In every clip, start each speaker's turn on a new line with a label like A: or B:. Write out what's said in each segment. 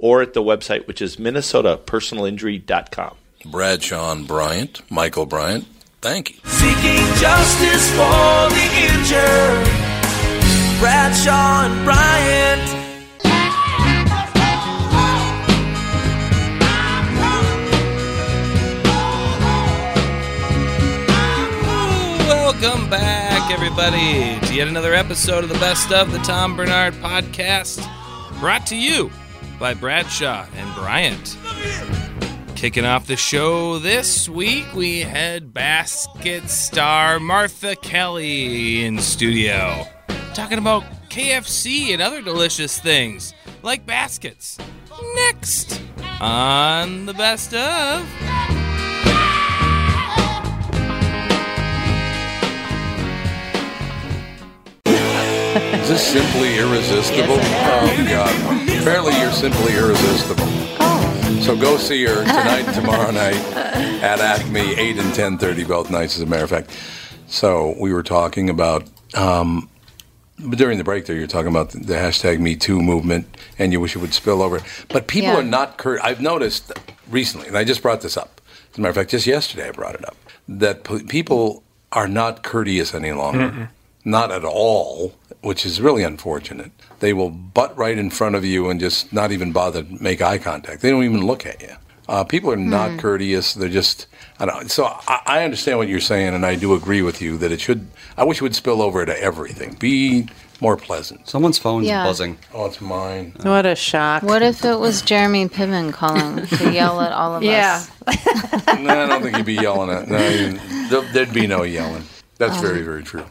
A: or at the website, which is minnesotapersonalinjury.com.
B: Brad Sean Bryant, Michael Bryant. Thank you.
C: Seeking justice for the injured. Bradshaw and Bryant.
D: Welcome back, everybody, to yet another episode of the Best of the Tom Bernard Podcast, brought to you by Bradshaw and Bryant. Kicking off the show this week, we had basket star Martha Kelly in studio, talking about KFC and other delicious things like baskets. Next on the Best of.
B: Is this simply irresistible? Oh, God. Apparently, you're simply irresistible. So go see her tonight, tomorrow night at Acme, 8 and 10.30, both nights, as a matter of fact. So we were talking about, um, but during the break there, you're talking about the hashtag Me Too movement and you wish it would spill over. But people
E: Yeah.
B: are not, cur- I've noticed recently, and I just brought this up. As a matter of fact, just yesterday I brought it up, that p- people are not courteous any
F: Mm-hmm.
B: longer. Not at all, which is really unfortunate. They will butt right in front of you and just not even bother to make eye contact. They don't even look at you. Uh, people are not courteous. They're just, I don't know. So I, I understand what you're saying, and I do agree with you that it should, I wish it would spill over to everything. Be more pleasant.
G: Someone's phone's
H: Yeah.
G: buzzing.
B: Oh, it's mine.
H: What a shock.
C: What if it was Jeremy Piven calling to yell at all of
E: Yeah.
C: us?
B: no, I don't think you'd be yelling at. No, you- there- there'd be no yelling. That's very, very true.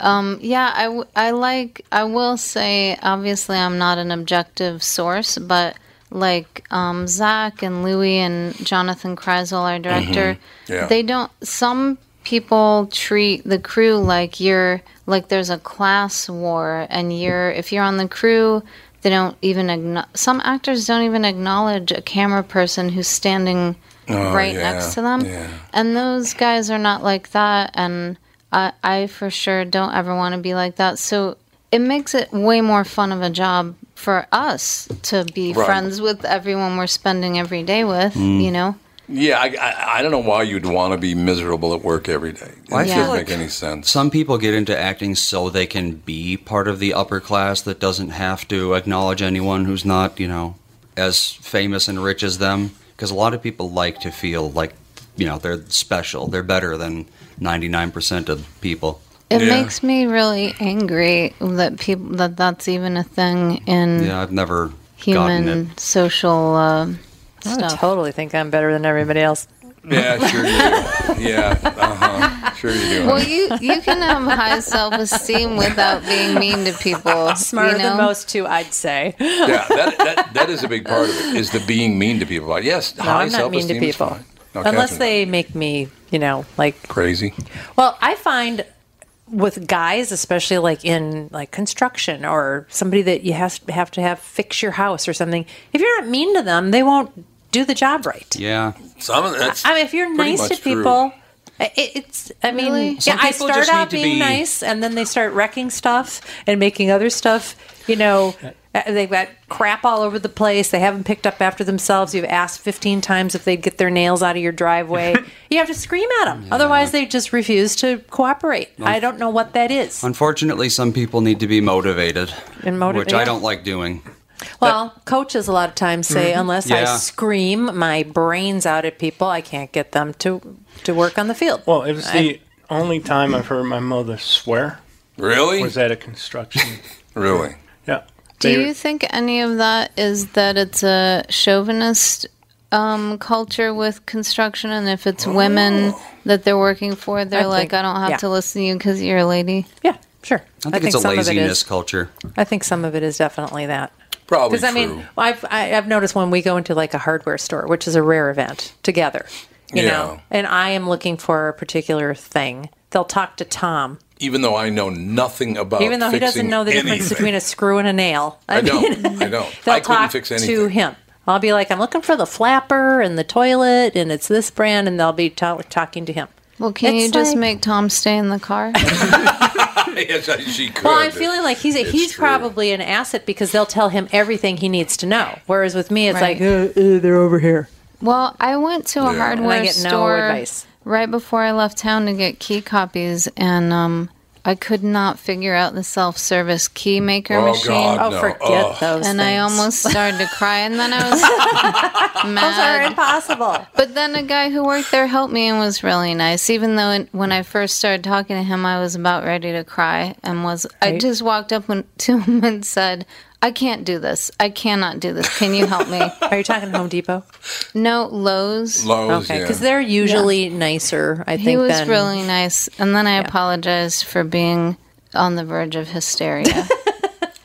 C: Um, Yeah, I, w- I like, I will say, obviously, I'm not an objective source, but like um, Zach and Louie and Jonathan Kreisel, our director,
G: Mm-hmm.
I: Mm-hmm.
B: Yeah.
C: they don't, some people treat the crew like you're, like there's a class war, and you're, if you're on the crew, they don't even, agno- some actors don't even acknowledge a camera person who's standing right
B: Oh, yeah,
C: next to them.
B: yeah.
C: And those guys are not like that. And I, I for sure don't ever want to be like that. So it makes it way more fun of a job for us to be
B: Right. Mm.
C: friends with everyone we're spending every day with, you know?
B: Yeah, I, I, I don't know why you'd want to be miserable at work every day. It
G: I
B: doesn't
C: feel
B: make
G: like-
B: any sense.
G: Some people get into acting so they can be part of the upper class that doesn't have to acknowledge anyone who's not, you know, as famous and rich as them. Because a lot of people like to feel like, you know, they're special. They're better than 99% of people.
C: It
B: Yeah.
C: makes me really angry that people that that's even a thing in
G: Yeah, I've never gotten
C: Mm.
G: it.
C: human social uh,
H: I
C: stuff.
H: Oh, totally think I'm better than everybody else.
B: Yeah, sure you do. Yeah, uh
H: Um,
B: huh. Sure you do.
C: Well, you you can have high self esteem without being mean to people.
H: Smarter
C: you know?
H: than most, too, I'd say. No,
B: yeah, that, that, that is a big part of it, is the being mean to people. Like, yes, high
H: I'm not mean to
B: self-esteem is
H: people.
B: fine. No,
H: Unless
B: Catherine's
H: they make me, you know, like,
B: Crazy.
H: well, I find with guys, especially like in like construction or somebody that you have have to have fix your house or something. If you're not mean to them, they won't do the job right.
G: Yeah.
B: Some of that's
H: I mean, if you're
B: pretty
H: nice to
B: much true.
H: people, i- it, it's. I mean, yeah,
G: Some
H: I
G: people
H: start
G: just
H: out
G: need to
H: being
G: be-
H: nice, and then they start wrecking stuff and making other stuff. You know, uh, they've got crap all over the place. They haven't picked up after themselves. You've asked 15 times if they'd get their nails out of your driveway. you have to scream at them, otherwise they just refuse to cooperate.
G: Well,
H: I don't know what that is.
G: Unfortunately, some people need to be motivated,
H: And motiv-
G: which I
H: yeah.
G: don't like doing.
H: Well, coaches a lot of times say,
G: Mhm.
H: unless I
G: Yeah.
H: scream my brains out at people, I can't get them to to work on the field.
J: Well, it was
H: I-
J: the only time I've heard my mother swear.
B: Really?
J: Was at a construction.
B: really?
J: Yeah.
C: Do
J: They-
C: you think any of that is that it's a chauvinist um, culture with construction, and if it's women that they're working for, they're
H: Oh. I
C: like,
H: think-
C: I don't have
H: yeah.
C: to listen to you because you're a lady.
H: Yeah, sure.
G: I think, it's a laziness culture.
H: I think some of it is definitely that.
G: Probably
H: Because I mean,
G: true.
H: I've I, I've noticed when we go into like a hardware store, which is a rare event together, you
B: Yeah.
H: know, and I am looking for a particular thing, they'll talk to Tom,
B: Even though I know nothing about
H: even though he doesn't
B: fixing
H: know the difference
B: anything.
H: between a screw and a nail.
B: I,
H: mean,
B: don't. I don't.
H: they'll
B: I couldn't
H: talk
B: fix
H: to
B: anything.
H: him. I'll be like, I'm looking for the flapper and the toilet, and it's this brand, and they'll be ta- talking to him.
C: Well, can
H: It's
C: you just
H: like-
C: make Tom stay in the car?
B: yes, I- she could.
H: Well, I'm feeling like he's
B: It's
H: he's
B: true.
H: probably an asset because they'll tell him everything he needs to know. Whereas with me, it's
C: Right.
H: like uh, uh, they're over here.
C: Well, I went to a
H: Yeah.
C: hardware
H: And I get no
C: store
H: advice.
C: right before I left town to get key copies, and um, I could not figure out the self-service key maker
H: Oh,
C: machine.
H: God, Oh, no. forget Ugh. those
C: And I
H: things.
C: almost started to cry, and then I was mad.
H: Those are impossible.
C: But then a guy who worked there helped me and was really nice. Even though it, when I first started talking to him, I was about ready to cry and was. I
H: Right.
C: just walked up and- to him and said, "I can't do this. I cannot do this. Can you help me?"
H: Are you talking Home Depot?
C: No, Lowe's.
B: Lowe's,
H: okay,
B: yeah.
H: because they're usually nicer. I think
C: he was
H: than-
C: really nice, and then I apologized for being on the verge of hysteria.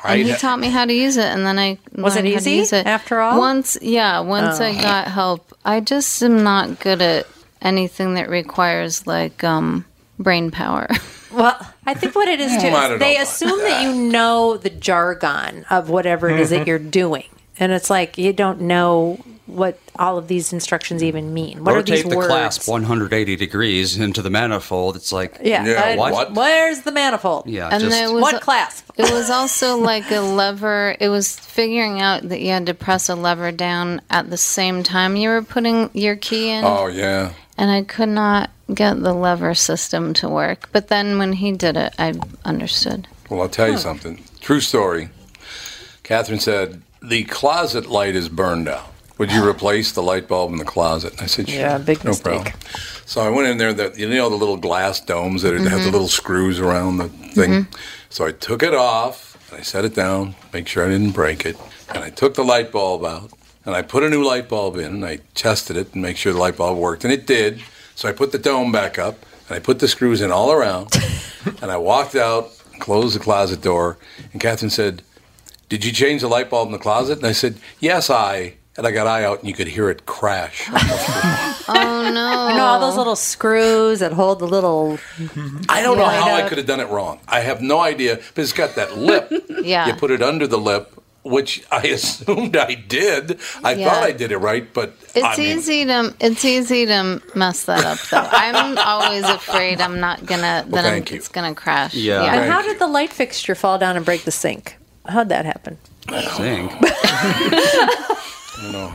C: and he taught me how to use it, and then I
H: Was it
C: learned how to
H: easy
C: use it.
H: after all?
C: Once, yeah, once
H: Oh.
C: I got help, I just am not good at anything that requires like um, brain power.
H: Well, I think what it is too.
C: Hmm, I don't
H: Is
C: know
H: they
C: about
H: assume that. you know the jargon of whatever it is that
C: Mhm.
H: you're doing, and it's like you don't know what all of these instructions even mean. What
G: Rotate
H: are these
G: the
H: words?
G: clasp 180 degrees into the manifold. It's like,
H: Yeah. I- Where's the manifold?
G: Yeah,
C: And
G: just
C: there was
H: What clasp?
C: It was also like a lever. It was figuring out that you had to press a lever down at the same time you were putting your key in.
B: Oh yeah.
C: and I could not get the lever system to work. But then when he did it, I understood.
B: Well, I'll tell you
C: Huh.
B: something. True story. Catherine said the closet light is burned out. Would you replace the light bulb in the closet? And I said, sure.
H: Yeah, big
B: no
H: mistake.
B: problem. So I went in there. That you know the little glass domes that have the
H: Mhm.
B: little screws around the thing.
H: Mhm.
B: So I took it off. And I set it down, make sure I didn't break it, and I took the light bulb out. And I put a new light bulb in and I tested it and make sure the light bulb worked. And it did. So I put the dome back up and I put the screws in all around. and I walked out, closed the closet door. And Catherine said, Did you change the light bulb in the closet? And I said, Yes, I. And I got I out and you could hear it crash.
C: Oh no!
H: You know all those little screws that hold the little.
B: I don't know
H: light
B: how I
H: up.
B: could have done it wrong. I have no idea. But it's got that lip.
C: Yeah.
B: You put it under the lip, which I assumed I did. I
C: Yeah.
B: thought I did it right, but
C: It's
B: I mean,
C: easy to it's easy to mess that up though. I'm always afraid I'm not gonna
B: Well,
C: that I'm,
B: thank you.
C: it's gonna crash.
H: And how did the light fixture fall down and break the sink? How'd that happen?
G: sink.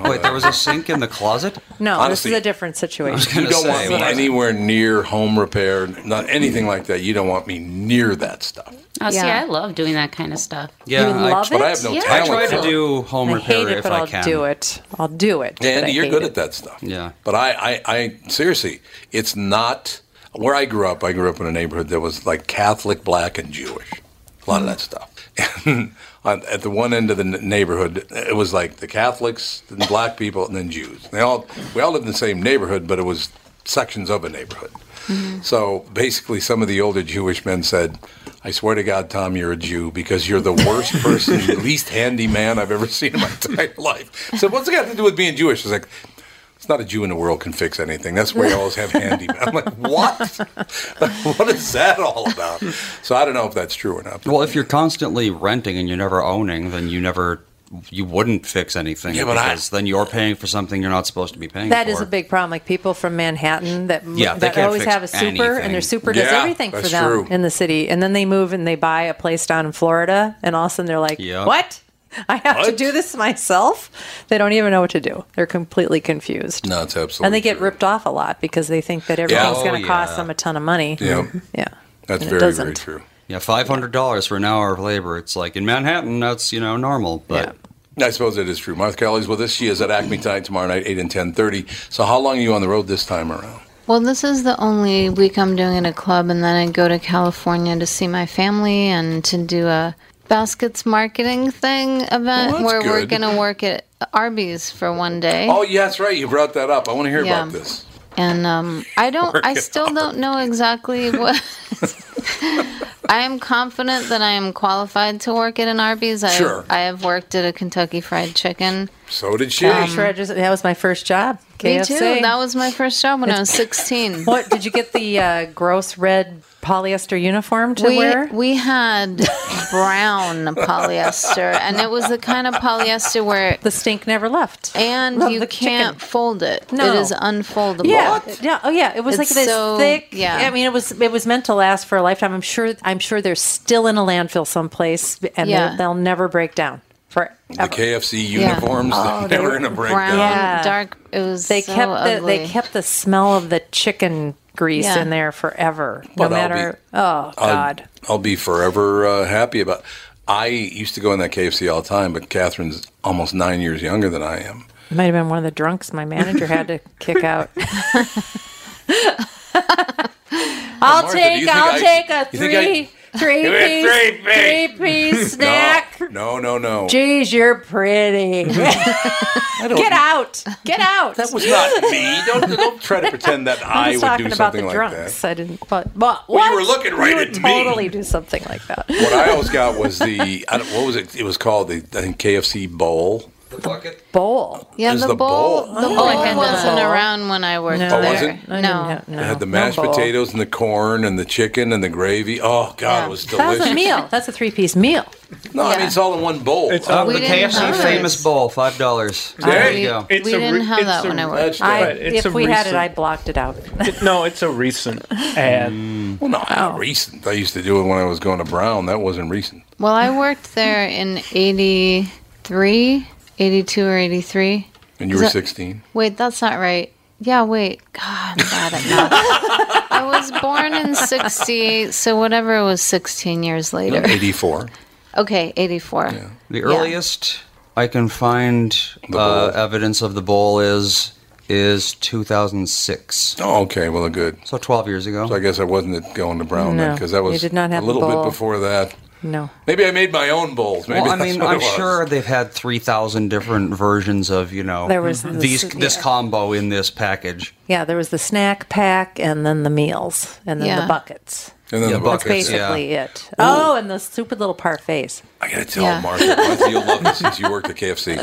G: Wait, there was a sink in the closet?
H: No,
B: Honestly,
H: this is a different situation.
B: You don't want me
G: what-
B: anywhere near home repair, not anything like that. You don't want me near that stuff.
K: Oh, see,
H: Yeah.
K: I love doing that kind of stuff.
G: Yeah, I-
B: but I have no
K: Yeah.
B: talent.
G: I try to
B: for
G: do home
H: I
G: repair
H: hate it,
G: if
H: but
G: I
H: I'll
G: can.
H: do it. I'll do it.
B: Yeah,
H: but I
B: Andy, you're
H: hate
B: good
H: it.
B: at that stuff.
G: Yeah.
B: But I, I, I, seriously, it's not where I grew up. I grew up in a neighborhood that was like Catholic, black, and Jewish. A lot of that stuff. And on, at the one end of the n- neighborhood, it was like the Catholics, then black people, and then Jews. They all, we all lived in the same neighborhood, but it was sections of a neighborhood. So basically, some of the older Jewish men said, I swear to God, Tom, you're a Jew because you're the worst person, least handy man I've ever seen in my entire life. So, what's it got to do with being Jewish? It's like, It's not a Jew in the world can fix anything. That's why you always have handy. I'm like, what? what is that all about? So I don't know if that's true or not.
G: Well, if you're constantly renting and you're never owning, then you never you wouldn't fix anything
H: Yeah, but I-
G: because then you're paying for something you're not supposed to be paying
H: That
G: for.
H: is a big problem. Like people from Manhattan that
G: Yeah, they
H: that
G: can't
H: always
G: fix
H: have a super,
G: anything.
H: and their super does
G: Yeah,
H: everything for
G: that's
H: them
G: true.
H: in the city, and then they move and they buy a place down in Florida, and all of a sudden they're like,
G: Yeah.
H: "What? I have to do this myself." They don't even know what to do. They're completely confused,
B: No, it's absolutely.
H: and they get ripped off a lot because they think that everything's
G: Oh,
H: going to cost
G: yeah.
H: them a ton of money. yeah,
B: That's
H: And it very, very doesn't.
B: true.
G: Yeah, five hundred dollars for an hour of labor. It's like in Manhattan, that's you know normal. But
B: I suppose it is true. Martha Kelly's with us. She is at Acme tonight, tomorrow night, eight and ten thirty. So how long are you on the road this time around?
C: Well, this is the only week I'm doing it at a club, and then I go to California to see my family and to do a baskets marketing thing event
B: that's
C: where we're
B: good.
C: going to work at Arby's for one day.
B: Oh, yeah, that's right. You brought that up. I want to hear
C: Yeah.
B: about this.
C: And um, I don't,
B: Work
C: I
B: it
C: still don't know exactly what. I am confident that I am qualified to work at an Arby's. I,
H: Sure.
C: I have worked at a Kentucky Fried Chicken.
B: So did she?
H: Wow, Shredders- that was my first job. KFC.
C: Me too. That was my first job when I was 16.
H: What did you get the uh, gross red polyester uniform to
C: we,
H: wear?
C: We had brown polyester, and it was the kind of polyester where
H: the stink never left,
C: and
H: Love
C: you
H: the chicken.
C: can't fold it.
H: No.
C: It is unfoldable.
H: Yeah, yeah, oh yeah. It was
C: It's
H: like this
C: so-
H: thick.
C: yeah.
H: I mean, it was it was meant to last for a lifetime. I'm sure. I'm sure they're still in a landfill someplace, and
C: Yeah.
H: they'll, they'll never break down for.
B: The KFC
C: Yeah.
B: uniforms.
C: Oh,
B: they're
C: they
B: never
C: were
B: going to break
C: brown,
B: down.
C: dark. It was
H: They
C: so
H: kept the, they
C: ugly.
H: kept the smell of the chicken grease
C: Yeah.
H: in there forever,
B: But
H: no
B: I'll
H: matter.
B: be-
H: oh God.
B: I'll, I'll be forever uh, happy about. I used to go in that KFC all the time, but Catherine's almost nine years younger than I am.
H: It might have been one of the drunks my manager had to kick out. I'll
B: Martha, do you
H: take
B: think
H: I'll
B: I-
H: take a
B: you think I-
H: three three
B: Give me
H: piece
B: a
H: three piece snack.
B: No, no, no. no.
H: Geez, you're pretty.
B: don't-
H: Get out. Get out. That
B: was not me. Don't, don't try to pretend that I,
H: I was
B: would
H: talking
B: do
H: about the
B: something like
H: drunks.
B: that.
H: I didn't. But, but
B: Well, you
H: what?
B: were looking right
H: You would
B: at me.
H: totally do something like that.
B: What I always got was the I don't, what was it? It was called the I think KFC bowl.
H: Bowl.
C: Yeah,
B: There's
C: the,
B: the
C: bowl.
B: bowl.
C: The
H: Oh,
C: bowl
H: I had the
C: wasn't
H: bowl.
C: around when I worked
H: No.
B: Oh,
C: there.
B: was it?
C: No.
B: it had the mashed
H: bowl.
B: potatoes and the corn and the chicken and the gravy. Oh God, it was delicious.
H: That was a meal. That's a three piece meal.
B: No, I mean it's all in one bowl.
G: It's
H: Oh,
G: all We the didn't KFC have it. famous
B: bowl, five dollars.
G: There
C: we
G: you go.
J: It's
C: we
J: a
C: didn't
J: re-
C: have
J: it's
C: that
J: a
C: when I
J: re-
C: worked.
J: That's I- right. It's
H: if
J: a
H: we had it,
J: recent-
H: I blocked it out.
J: It- no, it's a recent ad.
B: Well, no, not recent. I used to do it when I was going to Brown. That wasn't recent.
C: Well, I worked there in 83, 82 or 83.
B: And you
C: Is
B: were
C: that-
B: 16.
C: Wait, that's not right. Yeah, wait. God, I'm bad at math. I was born in 68, so whatever it was 16 years later.
B: 84.
C: Okay, 84.
G: The earliest I can find uh, evidence of the bowl is is 2006.
B: Oh, okay. Well, good.
G: So 12 years ago.
B: So I guess I wasn't at going to Brown then
G: No,
B: because that
G: you
B: was
G: did not have
B: a
G: the
B: little bit
G: bowl.
B: before that.
H: No.
B: Maybe I made my own bowls. Maybe
G: well, I
B: that's
G: mean,
B: what it
G: I'm
B: was.
G: sure they've had 3,000 different versions of, you know,
H: There was this-
G: these this
H: yeah.
G: combo in this package.
H: Yeah, there was the snack pack and then the meals and then
G: Yeah.
H: the buckets.
G: And then the
H: That's
G: buckets, yeah.
H: basically it. Oh, and those stupid little parfaits.
B: I gotta tell
H: Yeah.
B: Martha, Martha, you'll love this since you worked at KFC.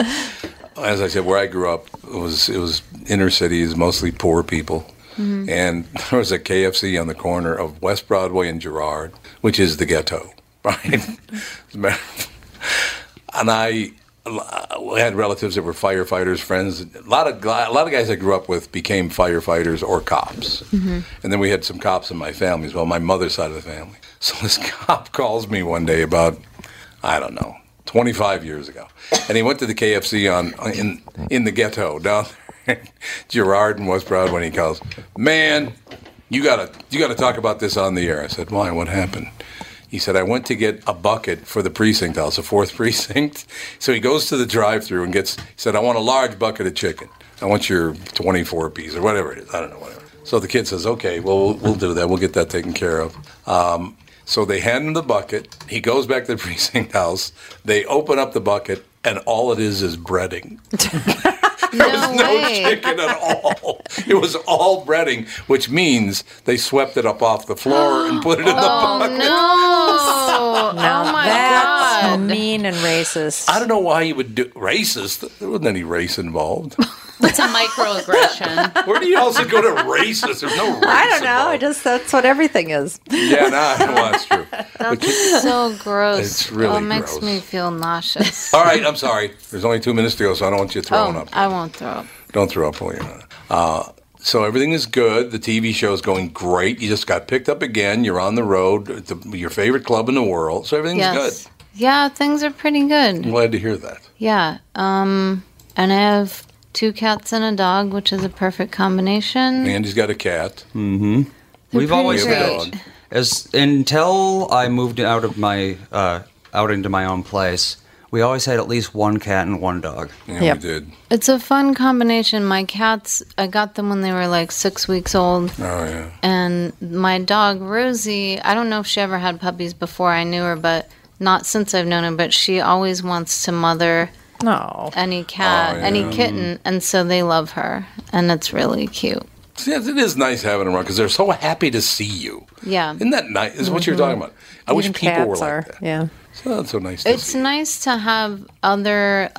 B: As I said, where I grew up it was it was inner cities, mostly poor people,
J: Mm-hmm.
K: Mhm.
B: and there was a KFC on the corner of West Broadway and Girard, which is the ghetto, right? As a matter of- and I I had relatives that were firefighters, friends. A lot of a lot of guys I grew up with became firefighters or cops.
L: Mm-hmm.
B: And then we had some cops in my family as well, my mother's side of the family. So this cop calls me one day about, I don't know, 25 years ago. And he went to the KFC on in, in the ghetto down there, Gerard and West Broadway, and he calls, man, you gotta, you gotta talk about this on the air. I said, why, what happened? He said, I went to get a bucket for the precinct house, the fourth precinct. So he goes to the drive through and gets, he said, I want a large bucket of chicken. I want your 24 piece or whatever it is. I don't know, whatever. So the kid says, okay, well, we'll, we'll do that. We'll get that taken care of. Um, so they hand him the bucket. He goes back to the precinct house. They open up the bucket, and all it is is breading.
C: No,
B: No
C: way.
B: chicken at all. It was all breading, which means they swept it up
F: Oh,
B: off the floor and put it in the
C: Oh, no.
B: bucket.
C: oh, my
H: that's
C: God.
H: mean. mean and racist.
B: I don't know why you would do racist. There wasn't any race involved.
C: It's a microaggression.
B: Where do you also go to racist? There's no race.
H: I don't know. I just that's what everything is.
B: Yeah, no, well, that's true.
C: That's so gross.
B: It's really
C: oh, it makes
B: gross.
C: me feel nauseous.
B: All right, I'm sorry. There's only two minutes to go, so I don't want you throwing
C: oh,
B: up.
C: I won't throw up.
B: Don't throw up while you're on it. Uh, so everything is good. The TV show is going great. You just got picked up again. You're on the road. at the- your favorite club in the world. So everything's
C: yes. Yeah, things are pretty
B: good.
C: good.
B: I'm glad to hear that.
C: Yeah. Um, and I have two cats and a dog, which is a perfect combination.
B: Mm-hmm. Andy's got a cat.
G: Mm-hmm.
C: They're
G: We've
C: pretty
G: always
C: great.
G: had as until I moved out of my uh, out into my own place. We always had at least one cat and one dog.
B: Yeah,
H: Yep.
B: we did.
C: It's a fun combination. My cats, I got them when they were like six weeks old.
B: Oh yeah.
C: And my dog, Rosie, I don't know if she ever had puppies before I knew her, but not since I've known her, but she always wants to mother
H: no.
C: any cat,
B: Oh, yeah.
C: any kitten. And so they love her. And it's really cute.
B: Yes, it is nice having them around because they're so happy to see you.
C: Yeah.
B: Isn't that nice? Is what you're talking about. I wish
H: Even
B: people were
H: cats
B: like
H: are,
B: that.
H: Yeah.
B: So that's so nice. To
C: It's nice to have other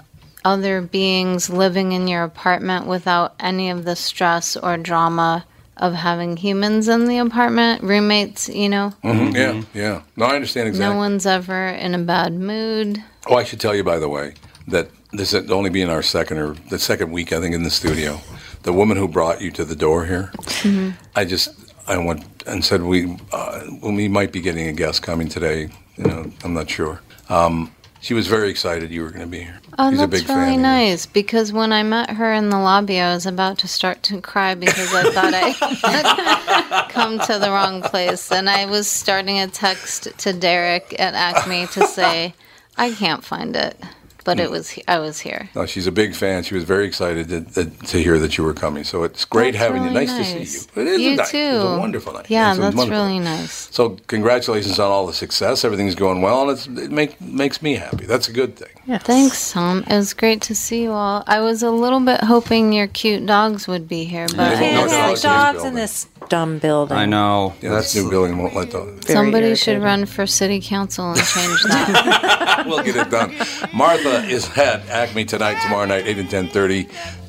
C: other beings living in your apartment without any of the stress or drama of having humans in the apartment, roommates, you know.
B: Mhm, Yeah, yeah. No, I understand exactly.
C: No one's ever in a bad mood.
B: Oh, I should tell you, by the way, that this is only being our second or the second week, I think, in the studio. The woman who brought you to the door here,
C: Mm-hmm.
B: I just I went and said we uh, we might be getting a guest coming today. You know, I'm not sure. Um, she was very excited you were going to be here.
C: Oh,
B: She's
C: that's
B: a big
C: really
B: fan.
C: nice because when I met her in the lobby, I was about to start to cry because I thought I had come to the wrong place. And I was starting a text to Derek at Acme to say, I can't find it, but
B: Hmm.
C: it was I was here.
B: No, she's a big fan. She was very excited to, that, to hear that you were coming. So it's great
C: That's
B: having
C: really
B: you. Nice, to see you. It is
C: You
B: a night.
C: too.
B: It's a wonderful night.
C: Yeah,
B: It's a
C: that's
B: wonderful
C: really
B: night.
C: nice.
B: So congratulations on all the success. Everything's going well, and it's, it make, makes me happy. That's a good thing.
C: Thanks, Tom. It was great to see you all. I was a little bit hoping your cute dogs would be here, but
B: They won't let
H: Can't have
B: dogs in this
H: dogs in
B: building.
H: this dumb building.
G: I know.
B: Yeah, that's new building won't let those.
H: Very
C: somebody should
H: irritating.
C: run for city council and change that.
B: we'll get it done. Martha is at Acme tonight, tomorrow night, eight and ten thirty.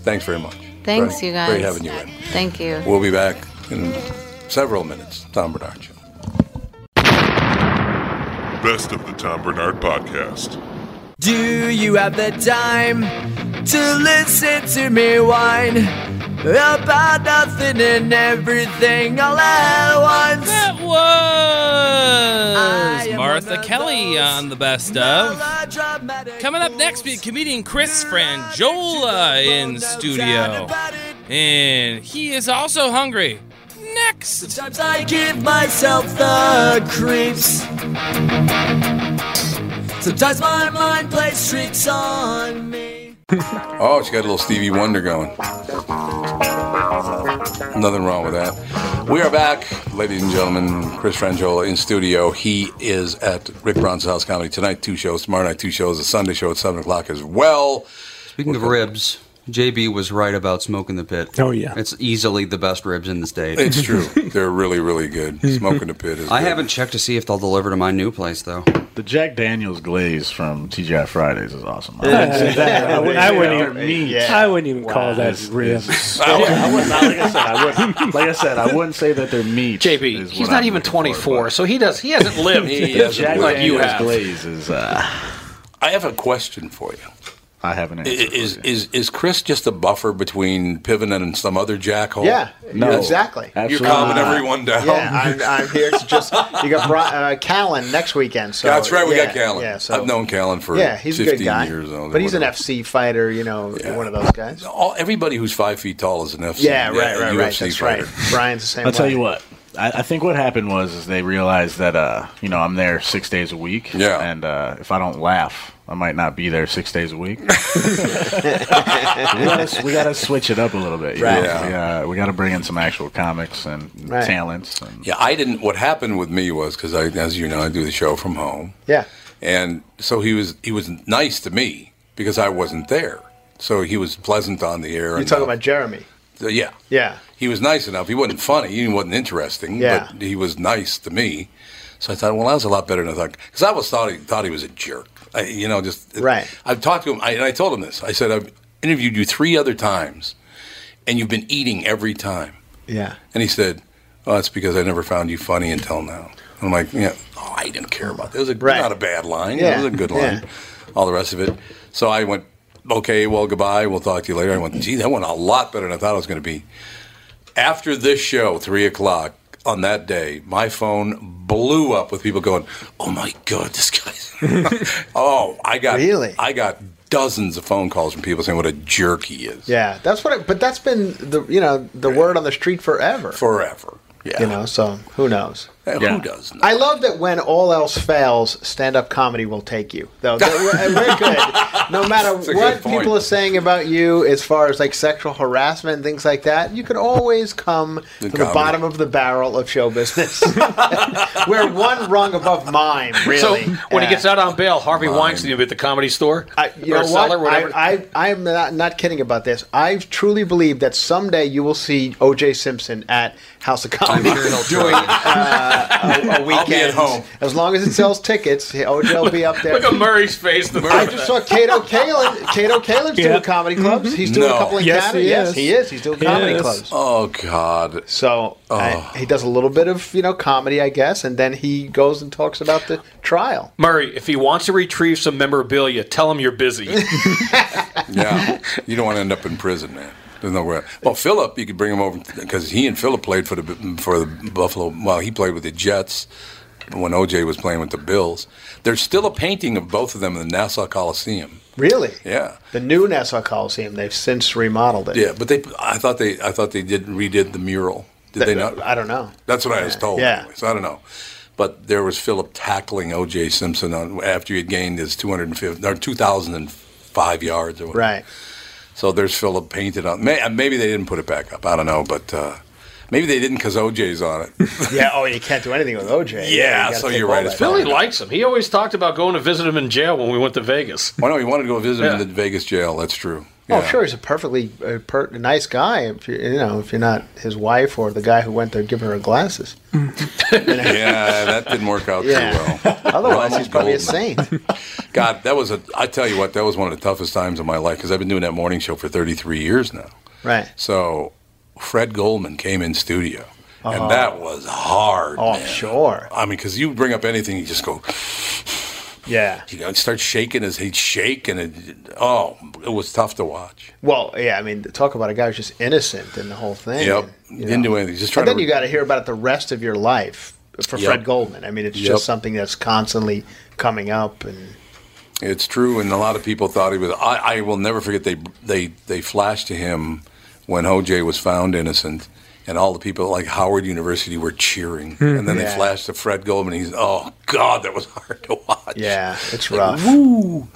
B: Thanks very much.
C: Thanks,
B: Great-
C: you guys.
B: Great having you in.
C: Thank you.
B: We'll be back in several minutes. Tom Bernard. Show.
K: Best of the Tom Bernard Podcast.
F: Do you have the time to listen to me whine about nothing and everything all at once?
D: That was Martha Kelly on the best of. Coming up next, we have comedian Chris Frangiola in studio. And he is also hungry. Next.
F: Sometimes I give myself the creeps. Sometimes my mind plays tricks on me.
B: Oh, she got a little Stevie Wonder going. Nothing wrong with that. We are back, ladies and gentlemen. Chris Frangiola in studio. He is at Rick Bronson's House Comedy tonight. Two shows tomorrow night. Two shows. A Sunday show at seven o'clock as well.
G: Speaking of ribs, JB was right about smoking the pit. Oh yeah, it's easily the best ribs in the state.
B: It's true. They're really, really good. Smoking the pit is.
G: I
B: good.
G: haven't checked to see if they'll deliver to my new place though.
M: The Jack Daniels glaze from TGI Fridays is awesome.
J: I wouldn't- I wouldn't even
M: Yeah.
J: I wouldn't even call that
M: It's-
J: ribs.
M: I wouldn't- I wouldn't- like I said, I wouldn't. Like I said, I wouldn't say that they're meat.
N: JP, he's not even 24, so he does. He hasn't lived
M: Jack
N: like you
M: Daniels
N: have.
M: glaze is. Uh,
B: I have a question for you.
M: I have an
B: I- Is is is Chris just a buffer between Piven and some other jackhole?
O: Yeah, No. exactly.
B: You're
O: Absolutely
B: calming
O: not.
B: everyone down.
O: Yeah, I'm, I'm here to just. You got Bri- uh, Callan next weekend. So
B: That's right. We
O: yeah,
B: got Callan.
O: Yeah, so,
B: I've known Callan for
O: yeah, he's a
B: 15
O: good guy.
B: years.
O: but
B: or
O: he's an
B: whatever.
O: FC fighter. You know, one of those guys.
B: All, everybody who's five feet tall is an FC.
O: Yeah, right,
B: a
O: right, right.
B: UFC
O: That's
B: fighter.
O: right. Brian's the same.
M: I'll tell
O: way.
M: you what. I, I think what happened was is they realized that uh, you know I'm there six days a week. Yeah. And uh, if I don't laugh, I might not be there six days a week. we, gotta, we gotta switch it up a little bit. you
B: Right.
M: know?
B: Yeah.
M: We, uh, we gotta bring in some actual comics and
B: Right.
M: talents. And
B: Yeah, I didn't. What happened with me was because I, as you know, I do the show from home,
O: Yeah.
B: and so he was he was nice to me because I wasn't there. So he was pleasant on the air.
O: You're
B: and
O: talking about Jeremy.
B: So, yeah,
O: Yeah.
B: he was nice enough. He wasn't funny. He wasn't interesting.
O: Yeah.
B: but he was nice to me. So I thought, well, that was a lot better than I thought. Because I was thought he, thought he was a jerk. I, you know, just right. I've talked to him. I, and I told him this. I said I've interviewed you three other times, and you've been eating every time.
O: Yeah.
B: And he said, "Oh, that's because I never found you funny until now." I'm like, "Yeah, oh, I didn't care about that. It was a, not a bad line.
O: Yeah.
B: It was a good
O: Yeah.
B: line. All the rest of it." So I went, "Okay, well, goodbye. We'll talk to you later." I went, "Gee, that went a lot better than I thought it was going to be." After this show, three o'clock on that day, my phone blew up with people going, "Oh my god, this guy!" oh, I got really, I got dozens of phone calls from people saying what a jerk he is.
O: Yeah, that's what. It, but that's been the you know the word on the street forever.
B: Forever. Yeah.
O: You know, so who knows?
B: Hey, Who does?
O: I love that when all else fails, stand-up comedy will take you. Though That- we're, we're good, no matter
B: a good
O: what
B: point.
O: people are saying about you, as far as like sexual harassment and things like that, you could always come
B: The
O: to the
B: comedy.
O: bottom of the barrel of show business. we're one rung above mine, really.
N: So when he
O: Yeah.
N: gets out on bail, Harvey Weinstein will be at the comedy store
O: You know
N: or cellar,
O: what?
N: whatever.
O: I, I, I'm not, not kidding about this. I truly believe that someday you will see O.J. Simpson at House of Comedy doing uh, a, a weekend.
B: home.
O: As long as it sells tickets, O.J. will be up there.
N: Look at Murray's face. The
O: I just saw Cato Kalin. Cato Kalin's
N: Yeah.
O: doing comedy clubs. He's doing
B: No.
O: a couple in
B: Mm-hmm. Yes,
O: Canada.
B: he
O: yes,
B: is.
O: he is. He's doing
B: He
O: comedy
B: is.
O: clubs.
B: Oh God! Oh.
O: So I- he does a little bit of you know comedy, I guess, and then he goes and talks about the trial.
N: Murray, if he wants to retrieve some memorabilia, tell him you're busy.
B: Yeah, you don't want to end up in prison, man. There's no way. Well, Philip, you could bring him over because he and Philip played for the for the Buffalo. Well, he played with the Jets when OJ was playing with the Bills. There's still a painting of both of them in the Nassau Coliseum.
O: Really?
B: Yeah,
O: The new Nassau Coliseum. They've since remodeled it.
B: yeah. But they, I thought they, I thought they did redid the mural. Did they not?
O: I don't know.
B: That's what I was told.
O: Yeah.
B: anyway, so I don't know. But there was Philip tackling O.J. Simpson on, after he had gained his 250 or 2,005 yards or whatever.
O: Right.
B: So there's Philip painted on. May, uh, maybe they didn't put it back up. I don't know, but uh, maybe they didn't because O.J.'s on it.
O: yeah. Oh, you can't do anything with OJ.
B: Yeah,
O: you gotta
B: so
O: take
B: you're
O: all
B: right,
O: that.
B: it's
N: Billy likes him. He always talked about going to visit him in jail when we went to Vegas.
B: Why no? He wanted to go visit him
N: Yeah.
B: in the Vegas jail. That's true.
O: Oh, sure. He's a perfectly uh, per- nice guy. If you, you know, if you're not his wife or the guy who went there giving her glasses.
B: yeah, that didn't work out too well.
O: Otherwise, he's probably a
B: Ronald
O: saint.
B: God, that was a. I tell you what, that was one of the toughest times of my life because I've been doing that morning show for 33 years now.
O: Right.
B: So Fred Goldman came in studio,
O: Oh.
B: and that was hard.
O: Oh,
B: man.
O: sure.
B: I mean, because you bring up anything, you just go,
O: Yeah.
B: you know, it starts shaking as he'd shake, and it, oh, it was tough to watch.
O: Well, yeah. I mean, talk about a guy who's just innocent in the whole thing.
B: yep,
O: You
B: didn't
O: know.
B: do anything. Just trying
O: And then
B: to.
O: you got to hear about it the rest of your life for
B: Yep.
O: Fred Goldman. I mean, it's
B: Yep.
O: just something that's constantly coming up. And
B: It's true, and a lot of people thought he was. I, I will never forget. They they they flashed to him when OJ was found innocent, and all the people like Howard University were cheering,
O: Hmm.
B: and then they
O: Yeah.
B: flashed to Fred Goldman. He's oh god, that was hard to watch.
O: yeah, it's rough.
B: Woo.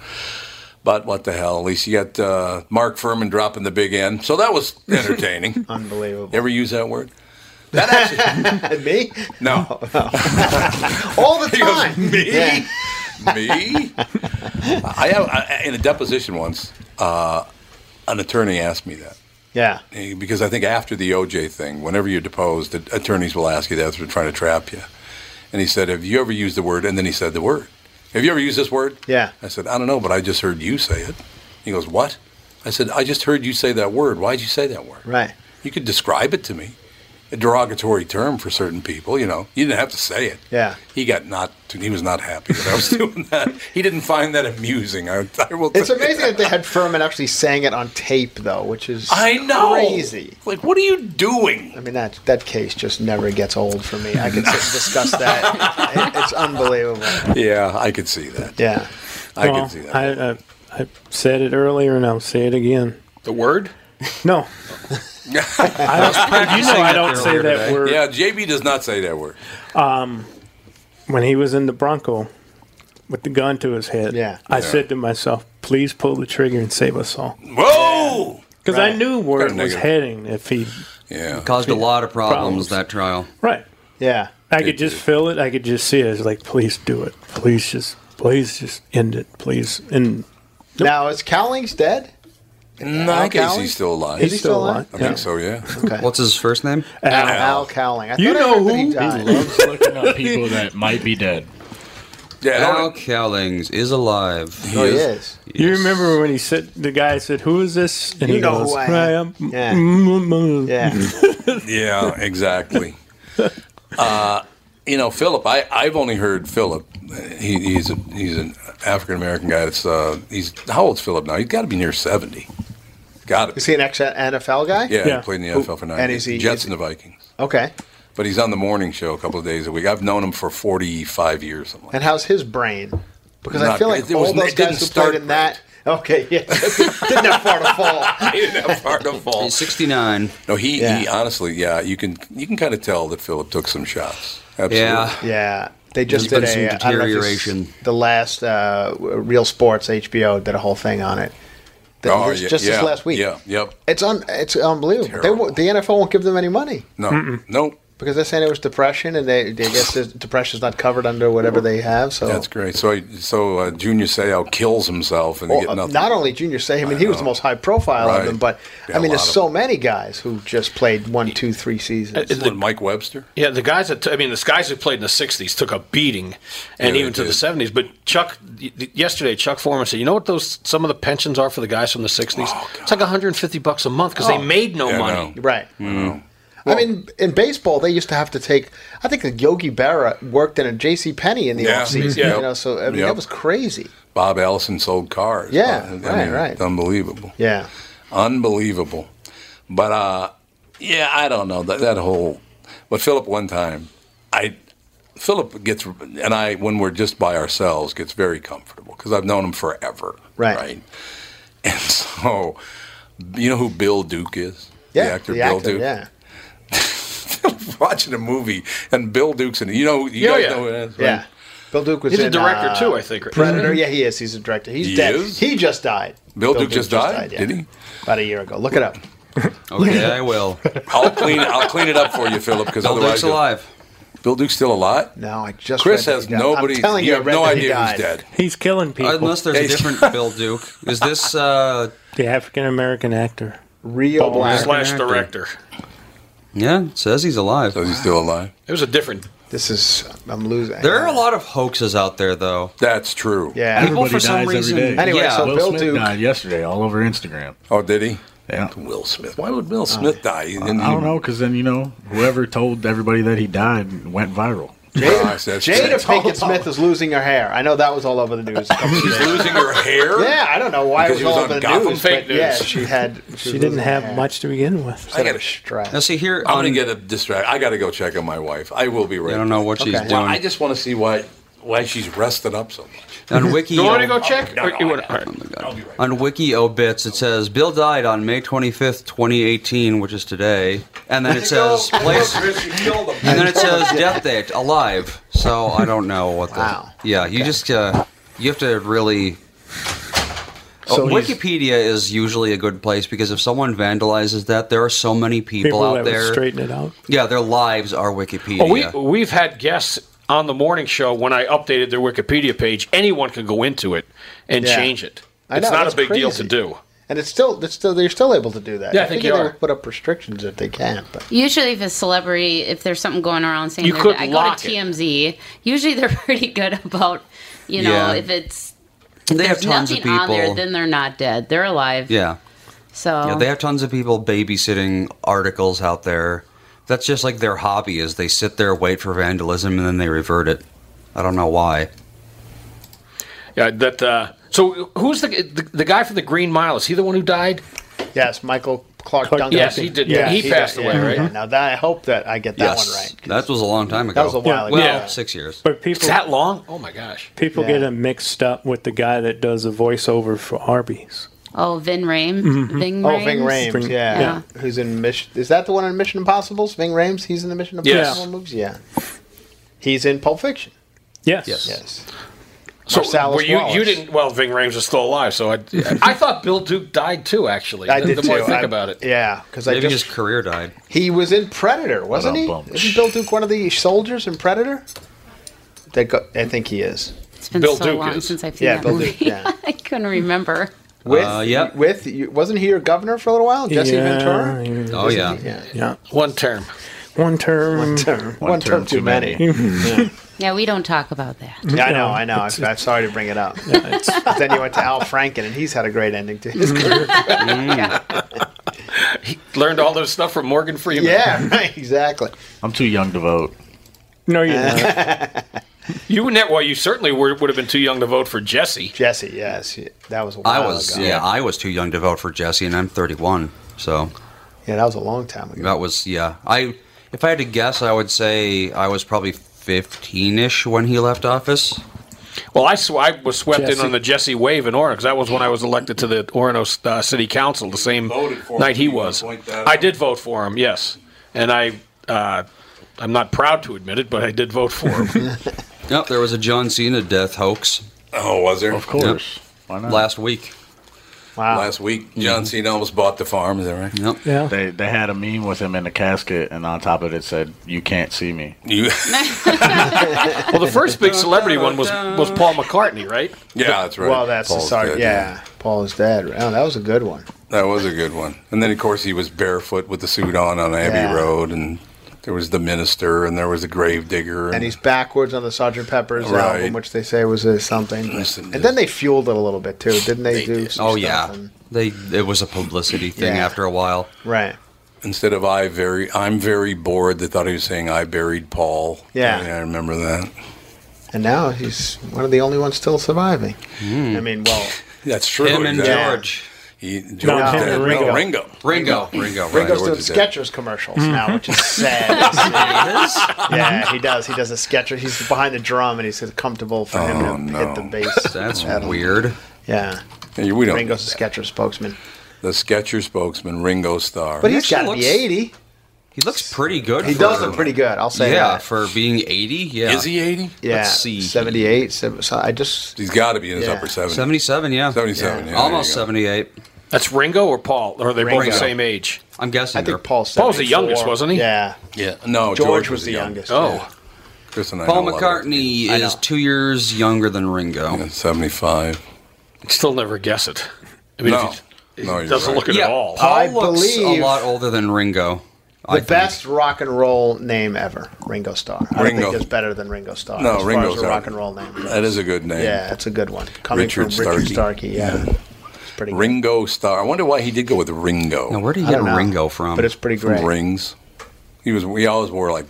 B: But what the hell? At least you got uh, Mark Furman dropping the big end, so that was entertaining.
O: Unbelievable.
B: Ever use that word?
O: Me? Oh.
B: No.
O: All the time.
B: Me?
O: Yeah.
B: me? I have I, in a deposition once. Uh, an attorney asked me that
O: Yeah.
B: Eh, because I think after the OJ thing, whenever you're deposed, the attorneys will ask you that if they're trying to trap you. And he said, "Have you ever used the word?" And then he said the word. Have you ever used this word?
O: Yeah.
B: I said, "I don't know, but I just heard you say it." He goes, "What?" I said, "I just heard you say that word. Why'd you say that word?"
O: Right.
B: You could describe it to me. A derogatory term for certain people, you know. You didn't have to say it.
O: Yeah.
B: He got not. He was not happy that I was doing that. He didn't find that amusing. I, I will.
O: It's
B: tell you
O: amazing that they had Furman actually sang it on tape, though, which is
B: I know.
O: crazy.
B: Like, what are you doing?
O: I mean, that that case just never gets old for me. I could sit and discuss that. It- it's unbelievable.
B: Yeah, I could see that.
O: Yeah,
B: I
J: Well,
B: could see that.
J: I, I, I said it earlier, and I'll say it again.
N: The word?
J: No. I don't, you know I don't say that word.
B: Yeah, JB does not say that word.
J: Um, when he was in the Bronco with the gun to his head,
O: Yeah.
J: I
B: Yeah.
J: said to myself, "Please pull the trigger and save us all."
B: Whoa!
J: Because Uh, I knew where
G: Kinda
J: it was
G: negative.
J: heading if he
B: yeah
G: caused a lot of problems,
J: Problems.
G: that trial.
J: right.
O: Yeah,
J: I could just feel it. I could just see it. It's like, please do it. Please just, please just end it. Please. And
O: Now is Cowling's dead?
B: No, I
O: Al
B: guess
O: Cowling?
B: he's still alive.
O: Is he still alive?
B: I think so. Yeah.
G: What's his first name?
O: Al, Al Cowling. I
G: You
O: thought
G: know
O: I
G: who?
O: heard that he died.
G: He
M: loves looking up people that might be dead.
B: Yeah,
G: Al Cowlings is alive.
J: Oh, he is. You remember when he said the guy said, "Who is this?" And
G: You
J: he
G: know
J: goes,
G: who I
J: am." Yeah.
B: yeah, exactly. Uh, you know, Philip. I I've only heard Philip. He, he's a he's an African American guy. That's uh, he's how old's Philip now? He's got to be near seventy. Got it.
O: Is he an ex NFL guy?
B: Yeah, he played in the NFL for nine.
O: And
B: years.
O: is he
B: Jets and the Vikings?
O: okay?
B: But he's on the morning show a couple of days a week. I've known him for forty five years. Something like
O: And how's his brain? Because I
B: Not
O: feel
B: good.
O: like
B: It
O: all
B: was- it
O: those
B: didn't
O: guys who
B: start
O: played in that. Okay, yeah, didn't have far to fall.
B: didn't have far to fall.
G: He's 69.
B: No, he, he
G: Yeah.
B: honestly, yeah, you can you can kind of tell that Philip took some shots. Absolutely.
G: Yeah.
O: Yeah, they just
G: There's
O: did
G: been
O: a
G: some
O: I don't know if you s-
G: deterioration.
O: The last uh, Real Sports HBO did a whole thing on it. That
B: Oh,
O: was
B: yeah,
O: just
B: yeah,
O: this last week.
B: Yeah, yep.
O: It's un, it's unbelievable. They won't, the NFL won't give them any money.
B: No, no.
O: Because they're saying it was depression, and they, they guess the depression's not covered under whatever they have. So
B: That's great. So I- so uh, Junior Seau kills himself and they
O: Well,
B: get
O: uh,
B: nothing.
O: not only Junior Say, I mean, he was the most high profile
B: Right.
O: of them, but
B: Yeah,
O: I
B: a
O: mean, there's
B: lot of
O: so many guys who just played one, two, three
N: Uh,
O: seasons.
N: the-
B: Mike Webster.
N: Yeah, the guys that t- I mean, the guys who played in the '60s took a beating, and
B: Yeah,
N: even
B: they
N: to the
B: did.
N: '70s. But Chuck, y- y- yesterday, Chuck Foreman said, "You know what? Those some of the pensions are for the guys from the '60s. it's like 150 bucks a month because
O: Oh.
N: they made no
O: Yeah, I
N: money.
O: know. Right. I mean, in baseball, they used to have to take. I think the Yogi Berra worked in a J.C. Penney in the
B: Yeah.
O: off offseason.
B: Yeah.
O: You know, so I mean,
B: Yep.
O: that was crazy.
B: Bob Allison sold cars.
O: Yeah,
B: Uh, I
O: right,
B: mean,
O: right.
B: Unbelievable.
O: Yeah.
B: Unbelievable. But uh, yeah, I don't know that that whole. But Philip, one time, I Philip gets and I when we're just by ourselves gets very comfortable because I've known him forever.
O: Right.
B: And so, you know who Bill Duke is?
O: Yeah,
B: the actor
O: the
B: Bill
O: actor,
B: Duke.
O: yeah.
B: Watching a movie and Bill Duke's in it. You know, you
O: Yeah, oh,
B: guys
O: yeah.
B: know who that is, right?
O: Yeah. Bill Duke was
B: Oh, He's a
O: in,
B: director,
O: uh,
B: too, I think, right?
O: Predator.
B: Mhm.
O: Yeah, he is. He's a director. He's
B: He
O: dead.
B: is?
O: He just died.
B: Bill Duke just died? Did he?
O: About a year ago. Look it up.
G: Okay, I will.
B: I'll clean. I'll clean it up for you, Philip. Because
G: Bill
B: otherwise,
G: Duke's
B: you'll-
G: alive.
B: Bill Duke's still alive.
O: No, I just.
B: Chris
O: read that
B: has
O: he died. I'm
B: nobody.
O: telling
B: you
O: I
B: have
O: read
B: no
O: that he
B: idea who's
O: died.
B: dead.
J: He's killing people.
G: Uh, Unless there's a different Bill Duke. Is this uh,
J: the African American actor?
O: Real
J: black
N: Slash director.
G: Yeah, it says he's alive. So
B: he's still alive.
N: It was a different.
O: This is. I'm losing.
G: There are a lot of hoaxes out there, though.
B: That's true.
O: Yeah.
G: People for some
M: every
G: reason.
M: day.
G: Anyway,
M: yeah,
G: so
M: Will
G: Bill
M: Smith
G: Duke-
M: died yesterday all over Instagram.
B: Oh, did he?
M: Yeah.
B: Will Smith. Why would
O: Oh.
B: Will Smith die? He didn't
M: I don't
B: even-
M: know, because then you know whoever told everybody that he died went viral.
B: Gosh, that's
O: Jada
B: that's-
O: Pinkett Smith is losing her hair. I know that was all over the news. She's
B: losing her hair.
O: Yeah, I don't know why
B: Because
O: it
B: she was
O: was all
B: on
O: over the
B: Gotham
O: news.
B: Fake
O: but Yeah,
B: News.
O: she had.
J: She didn't have much to begin with.
B: I got
O: strap.
G: Now, see here.
B: I'm
G: on-
B: gonna get a distract. I gotta go check on my wife. I will be right.
G: I don't know what
B: back.
G: she's Okay. doing.
B: Well, I just want to see why why she's rested up so much.
G: On Wiki- um, You wanna go
N: check?
B: No, no, I got it.
G: On Wiki Obits, it says Bill died on May 25th, 2018, which is today. And then it says place. And then it says death date alive. So I don't know what the.
O: Wow.
G: Yeah, you just uh, you have to really.
M: So
G: Oh,
M: he's-
G: Wikipedia is usually a good place because if someone vandalizes that, there are so many people,
J: People
G: out
J: that would
G: there.
J: straighten it out. Oh,
G: Yeah, their lives are Wikipedia.
N: Well, we we've had guests on the morning show when I updated their Wikipedia page. Anyone can go into it and
O: Yeah.
N: change it.
O: I
N: It's
O: know,
N: not
O: that's
N: a big deal to
O: crazy.
N: do.
O: And it's still, it's still, they're still able to do that.
N: Yeah, I think
O: figure
N: you
O: they
N: are.
O: would put up restrictions if they can. But
I: Usually, if a celebrity, if there's something going around, saying
O: You
I: they're
O: could
I: dead- I go
O: lock
I: to
O: it.
I: TMZ. Usually, they're pretty good about, you know,
G: Yeah.
I: if it's
G: they have
I: there's
G: tons of
I: nothing on there, Oh.
G: people.
I: then they're not dead. They're alive.
G: yeah.
I: So
G: Yeah, they have tons of people babysitting articles out there. That's just like their hobby is they sit there, wait for vandalism, and then they revert it. I don't know why.
N: Yeah, that. Uh, so who's the, the the guy from the Green Mile? Is he the one who died?
O: yes, Michael Clark, Duncan.
N: Yes, he did. he, passed
O: did,
N: away,
O: yeah,
N: right?
O: yeah. Now that I hope that I get that one right.
G: That was a long time ago.
O: That was a while ago.
G: Well,
O: Yeah.
G: six years.
J: But people
N: that long? Oh my gosh!
J: people
I: Yeah.
J: get him mixed up with the guy that does the voiceover for Arby's.
I: Oh, Vin Rames.
G: Mm-hmm.
J: Mhm.
I: Ving
O: Oh, Ving
I: Rhames?
O: Rames, yeah. Who's in Mission? Is that the one in Mission Impossible's? Ving Rames, he's in the Mission
N: Yes.
O: Impossible movies. Yeah, he's in Pulp Fiction.
J: Yes,
O: yes. yes.
N: So
O: Marsalis
N: were you you
O: Wallace.
N: didn't? Well, Ving Rhames is still alive, so I I thought Bill Duke died too. Actually,
O: I
N: the,
O: did
N: the more
O: too.
N: I think
O: I-
N: about it,
O: yeah, because I
G: Maybe
O: just
G: his career died.
O: he was in Predator, wasn't he?
G: Ba-dum-bum.
O: Isn't Bill Duke one of the soldiers in Predator? That go- I think he is.
I: It's been so long since I've seen
O: yeah,
I: that
O: Bill
I: movie.
O: Duke. Yeah.
I: I couldn't remember.
O: With
G: Uh, yep.
O: with you- wasn't he your governor for a little while? Oh, Jesse
J: Yeah,
O: Ventura.
J: yeah.
G: Oh, yeah.
O: yeah.
J: Yeah.
N: One term.
J: One term.
O: One term. One, term, too, many.
J: Mhm.
I: Yeah, we don't talk about that.
O: Yeah, I know,
J: No,
O: I know.
J: it's-
O: I'm, I'm sorry to bring it up. But then you went to Al Franken, and he's had a great ending to his career.
G: Mm.
N: He learned all those stuff from Morgan Freeman.
O: Yeah, right, exactly. Uh,
M: I'm too young to vote.
J: No, you're not.
N: You net well, you certainly were, would have been too young to vote for Jesse.
O: Jesse, yes, that was. A
G: I
O: while
G: was
O: ago.
G: yeah, I was too young to vote for Jesse, and I'm 31. So
O: yeah, that was a long time ago.
G: That was yeah. I if I had to guess, I would say I was probably 15ish when he left office.
N: Well, I, sw- I was swept in
G: Jesse.
N: on the Jesse wave in Orange. That was when I was elected to the Orono uh, City Council the same night he was. I did vote for him, yes, and I uh, I'm not proud to admit it, but I did vote for him.
G: Yep, there was a John Cena death hoax.
B: Oh, was there?
G: Of
B: course.
G: Why
B: not?
G: Last week.
O: Wow.
B: Last week, John Cena almost bought the farm. Is that right?
G: Yep.
J: Yeah.
M: They they had a meme with him in a casket, and on top of it said, "You can't see me."
B: You.
N: well, the first big celebrity one was was Paul McCartney, right?
B: Yeah, that's right.
O: Well, that's
B: Paul's
O: sorry.
B: dead,
O: yeah. Paul is dead. Oh, that was a good one.
B: That was a good one. And then, of course, he was barefoot with the suit on on Abbey
O: Yeah.
B: Road, and there was the minister, and there was the gravedigger.
O: And he's backwards on the Sgt. Pepper's
B: Right.
O: album, which they say was uh, something. and then they fueled it a little bit too, didn't they? do some
G: Oh
O: stuff
G: yeah.
O: and-
G: They it was a publicity thing
O: Yeah.
G: after a while.
O: right.
B: Instead of I very, I'm very bored. They thought he was saying I buried Paul.
O: Yeah.
B: I remember that.
O: And now he's one of the only ones still surviving. I mean, well,
B: That's true.
O: Him and
B: exactly.
O: George.
B: He, George
O: No, him
B: did.
O: and
B: No,
O: Ringo.
B: Ringo. Ringo.
G: Ringo. Ringo. right.
O: Ringo's doing
G: George is dead.
O: Skechers commercials now, which is sad. yeah, he does. He does a Skechers. He's behind the drum, and he's comfortable for him to hit the bass.
G: That's
O: pedal.
G: weird.
O: Yeah.
B: Yeah, we don't
O: Ringo's a Skechers spokesman.
B: The Sketcher spokesman, Ringo Starr.
O: But he's got to be
G: looks-
O: 80.
G: He looks pretty good.
O: He
G: for,
O: does look pretty good, I'll say
G: Yeah,
O: that.
G: for being 80. Yeah.
B: Is he 80?
O: Yeah,
G: Let's see.
O: 78. sev- so I just
B: He's got to be in his
O: Yeah.
B: upper 70s.
G: 77, yeah.
B: 77, yeah, there
G: Almost
B: you go.
G: 78.
N: That's Ringo or Paul, or are they both
G: Ringo.
N: the same age?
G: I'm guessing.
O: I
G: they're-
O: think Paul's
N: Paul's the youngest, wasn't he?
O: Yeah.
B: Yeah. No,
O: George, was the youngest.
N: Oh,
O: yeah.
B: Chris and I
G: Paul
B: know a lot of-
G: McCartney
B: I
G: is
B: know.
G: two years younger than Ringo.
B: 75.
N: I'd still never guess it. I mean,
B: No.
N: if you-
B: No,
N: it
B: you're
N: doesn't
B: right.
N: look it
G: Yeah,
N: at all.
G: Paul
O: I
G: looks
O: believe-
G: a lot older than Ringo.
O: The best rock and roll name ever, Ringo Starr. I don't
B: Ringo.
O: think it's better than Ringo Starr.
B: No,
O: as far
B: Ringo's
O: as a
B: out.
O: rock and roll name.
B: That is a good name.
O: Yeah, it's a good one. Coming
B: Richard
O: from Richard
B: Starkey.
O: Starkey. Yeah,
B: Ringo Starr. I wonder why he did go with Ringo. Now,
G: where did he
O: I
G: get
O: don't know,
G: Ringo from?
O: but it's pretty
B: From
O: great.
B: rings. He was. He always wore like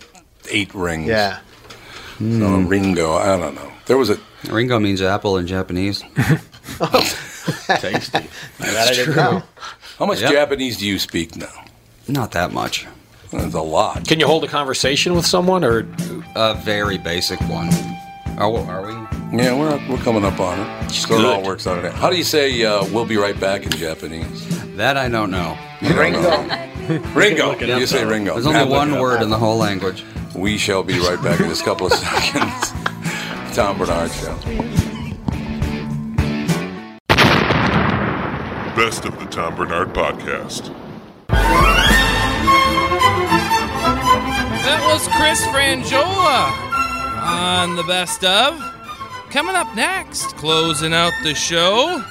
B: eight rings.
O: Yeah, Hmm.
B: So Ringo. I don't know. There was a.
G: Ringo means apple in Japanese.
M: Tasty.
O: that I didn't know.
B: How much
G: Yep.
B: Japanese do you speak now?
G: Not that much.
B: That's a lot.
N: Can you hold a conversation with someone, or
G: A very basic one. Are, we- are we?
B: Yeah, we're we're coming up on it. So it all works out. How do you say uh, "we'll be right back" in Japanese?
G: That I don't know.
O: Ringo.
B: Ringo. You say Ringo.
G: There's only one word in the whole language.
B: We shall be right back in just a couple of seconds. Tom Bernard Show.
K: Best of the Tom Bernard Podcast.
D: That was Chris Frangiola on the best of. Coming up next, closing out the show,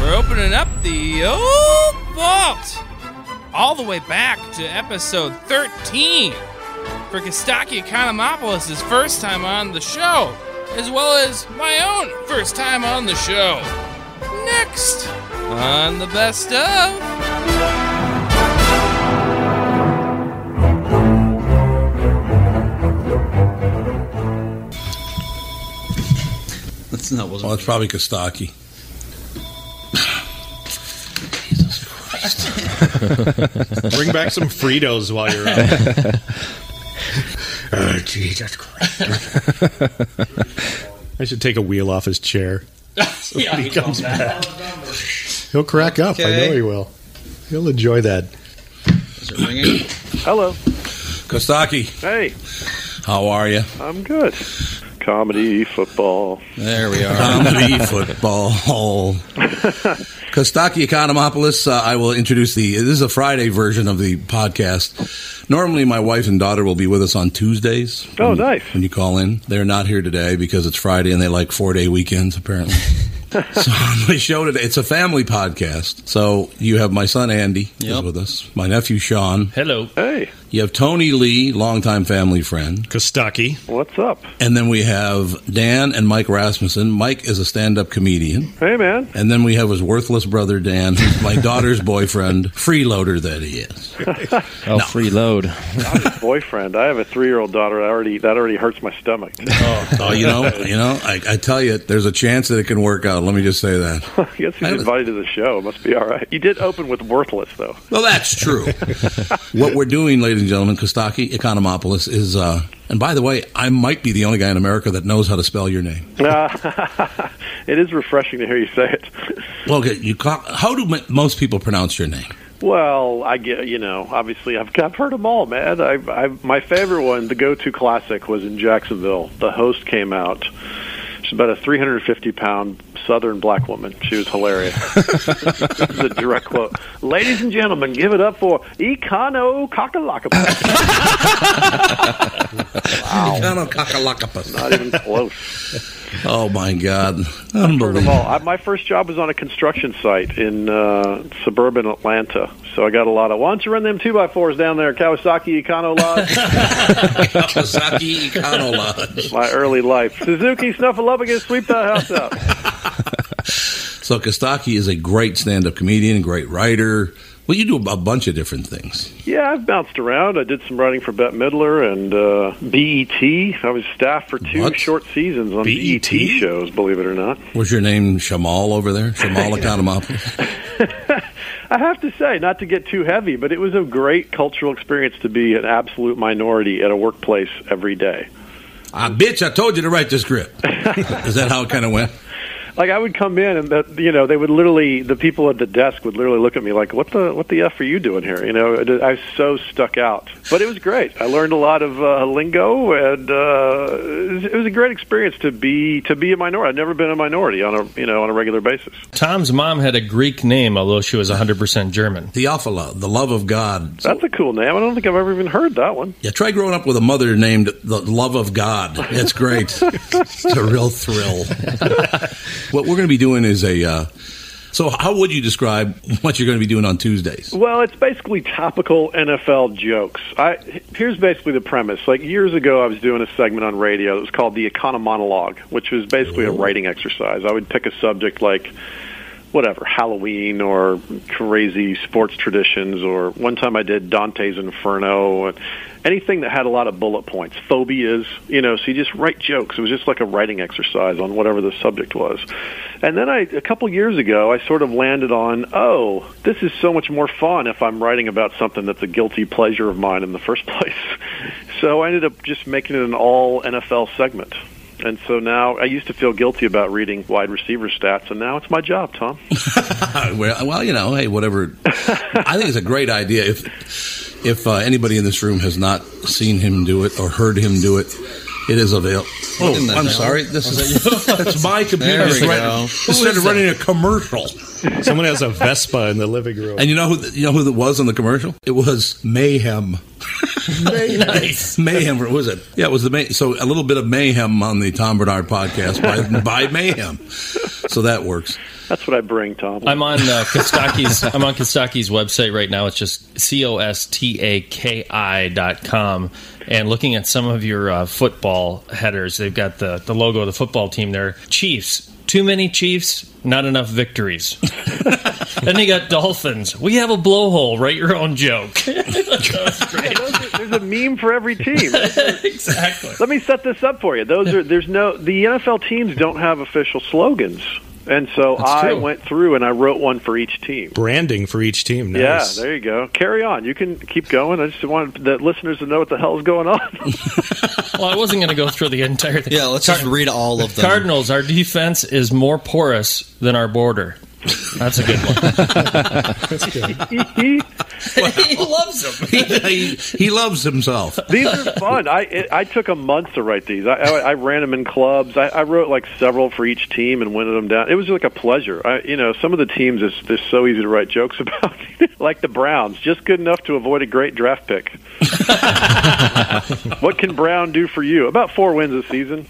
D: we're opening up the old vault all the way back to episode 13 for Kostaki Economopoulos' first time on the show, as well as my own first time on the show. Next on the best of.
P: That's not was
B: Well, it's probably Kostaki.
Q: Bring back some Fritos while you're up. oh, Jesus Christ. I should take a wheel off his chair. So
P: Yeah,
Q: when he
P: he's all
Q: comes
P: bad.
Q: back. He'll crack up. I know
P: Okay.
Q: he will. He'll enjoy that.
P: Is it ringing? Hello.
B: Kostaki.
P: Hey,
B: How are you?
P: I'm good. Comedy, football. There we are.
R: Comedy football. Kostaki Economopoulos, uh, I will introduce the. This is a Friday version of the podcast. Normally, my wife and daughter will be with us on Tuesdays.
P: Oh,
R: when you-
P: nice.
R: When you call in, they're not here today because it's Friday and they like four day weekends, apparently.
B: so on my show today, it's a family podcast. So you have my son Andy who's
Q: Yep.
B: with us, my nephew Sean.
Q: Hello. Hey.
B: You have Tony Lee, longtime family friend.
Q: Kostaki.
P: What's up?
B: And then we have Dan and Mike Rasmussen. Mike is a stand up comedian.
P: Hey, man.
B: And then we have his worthless brother Dan, who's my daughter's boyfriend, freeloader that he is.
S: Oh, free load.
P: Boyfriend. I have a three-year-old daughter. I already that already hurts my stomach. Oh,
B: Oh, you know, you know, I, I tell you, there's a chance that it can work out. Let me just say that.
P: I guess he's invited to the show. Must be all right. You did open with worthless though.
B: Well, that's true. what we're doing, ladies and gentlemen, Kostaki Economopoulos is, uh, and by the way, I might be the only guy in America that knows how to spell your name.
P: Uh, it is refreshing to hear you say it.
B: Well, okay, you ca- how do m- most people pronounce your name?
P: Well, I get you know. Obviously, I've I've heard them all, man. I, I my favorite one, the go-to classic, was in Jacksonville. The host came out. She's about a 350 pound Southern black woman. She was hilarious. this is a direct quote. Ladies and gentlemen, give it up for Econo Cockalocka.
B: Econo
P: Not even close.
B: Oh my God,
P: First of
B: unbelievable!
P: all, I, my first job was on a construction site in uh, suburban Atlanta, so I got a lot of. Why don't you run them two by fours down there, Kawasaki Econo Lodge?
B: Kawasaki Econo Lodge.
P: My early life, Suzuki Snuffleupagus, sweep that house out.
B: So Kostaki is a great stand-up comedian, great writer. Well, you do a bunch of different things.
P: Yeah, I've bounced around. I did some writing for Bette Midler and uh, BET. I was staff for two short seasons on
B: E
P: BET? shows, believe it or not.
B: Was your name Shamal over there? Shamal Economopoulos.
P: I have to say, not to get too heavy, but it was a great cultural experience to be an absolute minority at a workplace every day.
B: Ah, bitch! I told you to write this script. is that how it kind of went?
P: Like I would come in and that you know they would literally the people at the desk would literally look at me like what the what the f are you doing here you know I was so stuck out but it was great I learned a lot of uh, lingo and uh, it was- it was a great experience to be to be a minority I'd never been a minority on a you know on a regular basis
S: Tom's mom had a Greek name, although she was 100% German.
B: Theophila, the love of God.
P: that's a cool name I don't think I've ever even heard that one
B: Yeah, try growing up with a mother named the love of God. That's great. it's a real thrill. what we're going to be doing is a. Uh, so, how would you describe what you're going to be doing on Tuesdays?
P: Well, it's basically topical NFL jokes. I here's basically the premise. Like years ago, I was doing a segment on radio that was called the Economonologue, which was basically a writing exercise. I would pick a subject like whatever Halloween or crazy sports traditions, or one time I did Dante's Inferno, and anything that had a lot of bullet points, phobias, you know. So you just write jokes. It was just like a writing exercise on whatever the subject was. And then I, a couple years ago, I sort of landed on, oh, this is so much more fun if I'm writing about something that's a guilty pleasure of mine in the first place. So I ended up just making it an all NFL segment. And so now I used to feel guilty about reading wide receiver stats, and now it's my job, Tom.
B: well, well, you know, hey, whatever. I think it's a great idea. If if uh, anybody in this room has not seen him do it or heard him do it, it is available. Oh,
Q: Isn't that
B: I'm
Q: hell?
B: sorry. This is that's my computer.
Q: There
B: just
Q: we
B: ran-
Q: go.
B: just
Q: Who
B: started
Q: is that?
B: running a commercial.
Q: Someone has a Vespa in the living room.
B: And you know who th- you know who that was on the commercial? It was Mayhem. Mayhem, what was it? Yeah, it was the May- so a little bit of mayhem on the Tom Bernard podcast by, by Mayhem. So that works.
P: That's what I bring, Tom.
S: I'm on uh, Kostaki's. I'm on Kostaki's website right now. It's just c o s t a k i dot com. And looking at some of your uh, football headers, they've got the the logo of the football team there. Chiefs. Too many Chiefs. Not enough victories. then they got Dolphins. We have a blowhole. Write your own joke.
P: There's a meme for every team. exactly. Let me set this up for you. Those are there's no the NFL teams don't have official slogans, and so
Q: That's
P: I
Q: true.
P: went through and I wrote one for each team.
Q: Branding for each team. Nice.
P: Yeah, there you go. Carry on. You can keep going. I just wanted the listeners to know what the hell is going on.
S: Well, I wasn't going to go through the entire thing. Yeah, let's just read all
T: of them.
S: Cardinals, our defense is more porous than our border. That's a good one.
P: That's good.
F: he loves them.
B: he, he, he loves himself.
P: These are fun. I it, I took a month to write these. I, I, I ran them in clubs. I, I wrote like several for each team and winted them down. It was like a pleasure. I, you know, some of the teams is they're so easy to write jokes about, like the Browns, just good enough to avoid a great draft pick. what can Brown do for you? About four wins this season.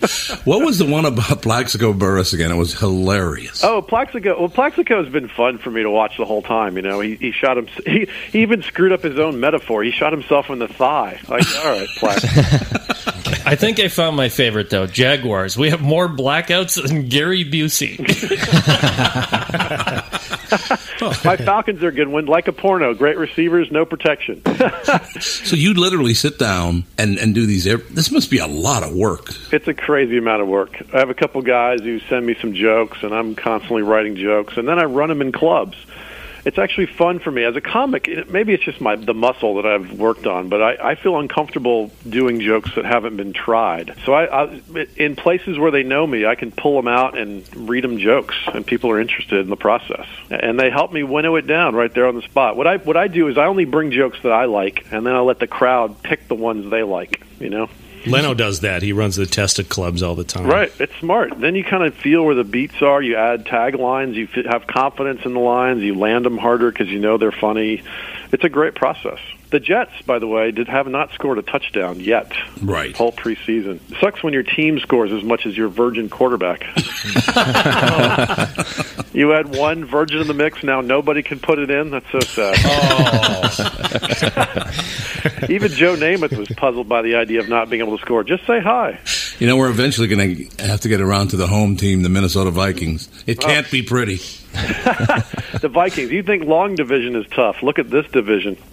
B: What was the one about Plaxico Burris again? It was hilarious.
P: Oh, Plaxico. Well, Plaxico has been fun for me to watch the whole time. You know, he, he shot him. He, he even screwed up his own metaphor. He shot himself in the thigh. Like, all right, Plaxico.
S: I think I found my favorite though. Jaguars. We have more blackouts than Gary Busey.
P: My Falcons are a good one. Like a porno, great receivers, no protection.
B: So you literally sit down and, and do these. ev- This must be a lot of work.
P: It's a crazy amount of work. I have a couple guys who send me some jokes, and I'm constantly writing jokes, and then I run them in clubs. It's actually fun for me as a comic. it- Maybe it's just my the muscle that I've worked on, but I, I feel uncomfortable doing jokes that haven't been tried. So I, I in places where they know me, I can pull them out and read them jokes, and people are interested in the process, and they help me winnow it down right there on the spot. What I what I do is I only bring jokes that I like, and then I let the crowd pick the ones they like. You know.
Q: Leno does that. He runs the test at clubs all the time.
P: Right, it's smart. Then you kind of feel where the beats are. You add taglines. You f- have confidence in the lines. You land them harder because you know they're funny. It's a great process. The Jets, by the way, did have not scored a touchdown yet.
B: Right,
P: whole preseason sucks when your team scores as much as your virgin quarterback. you had one virgin in the mix. Now nobody can put it in. That's so sad. Even Joe Namath was puzzled by the idea of not being able to score. Just say hi.
B: You know, we're eventually going to have to get around to the home team, the Minnesota Vikings. It can't be pretty.
P: Oh. the Vikings. You think long division is tough? Look at this division.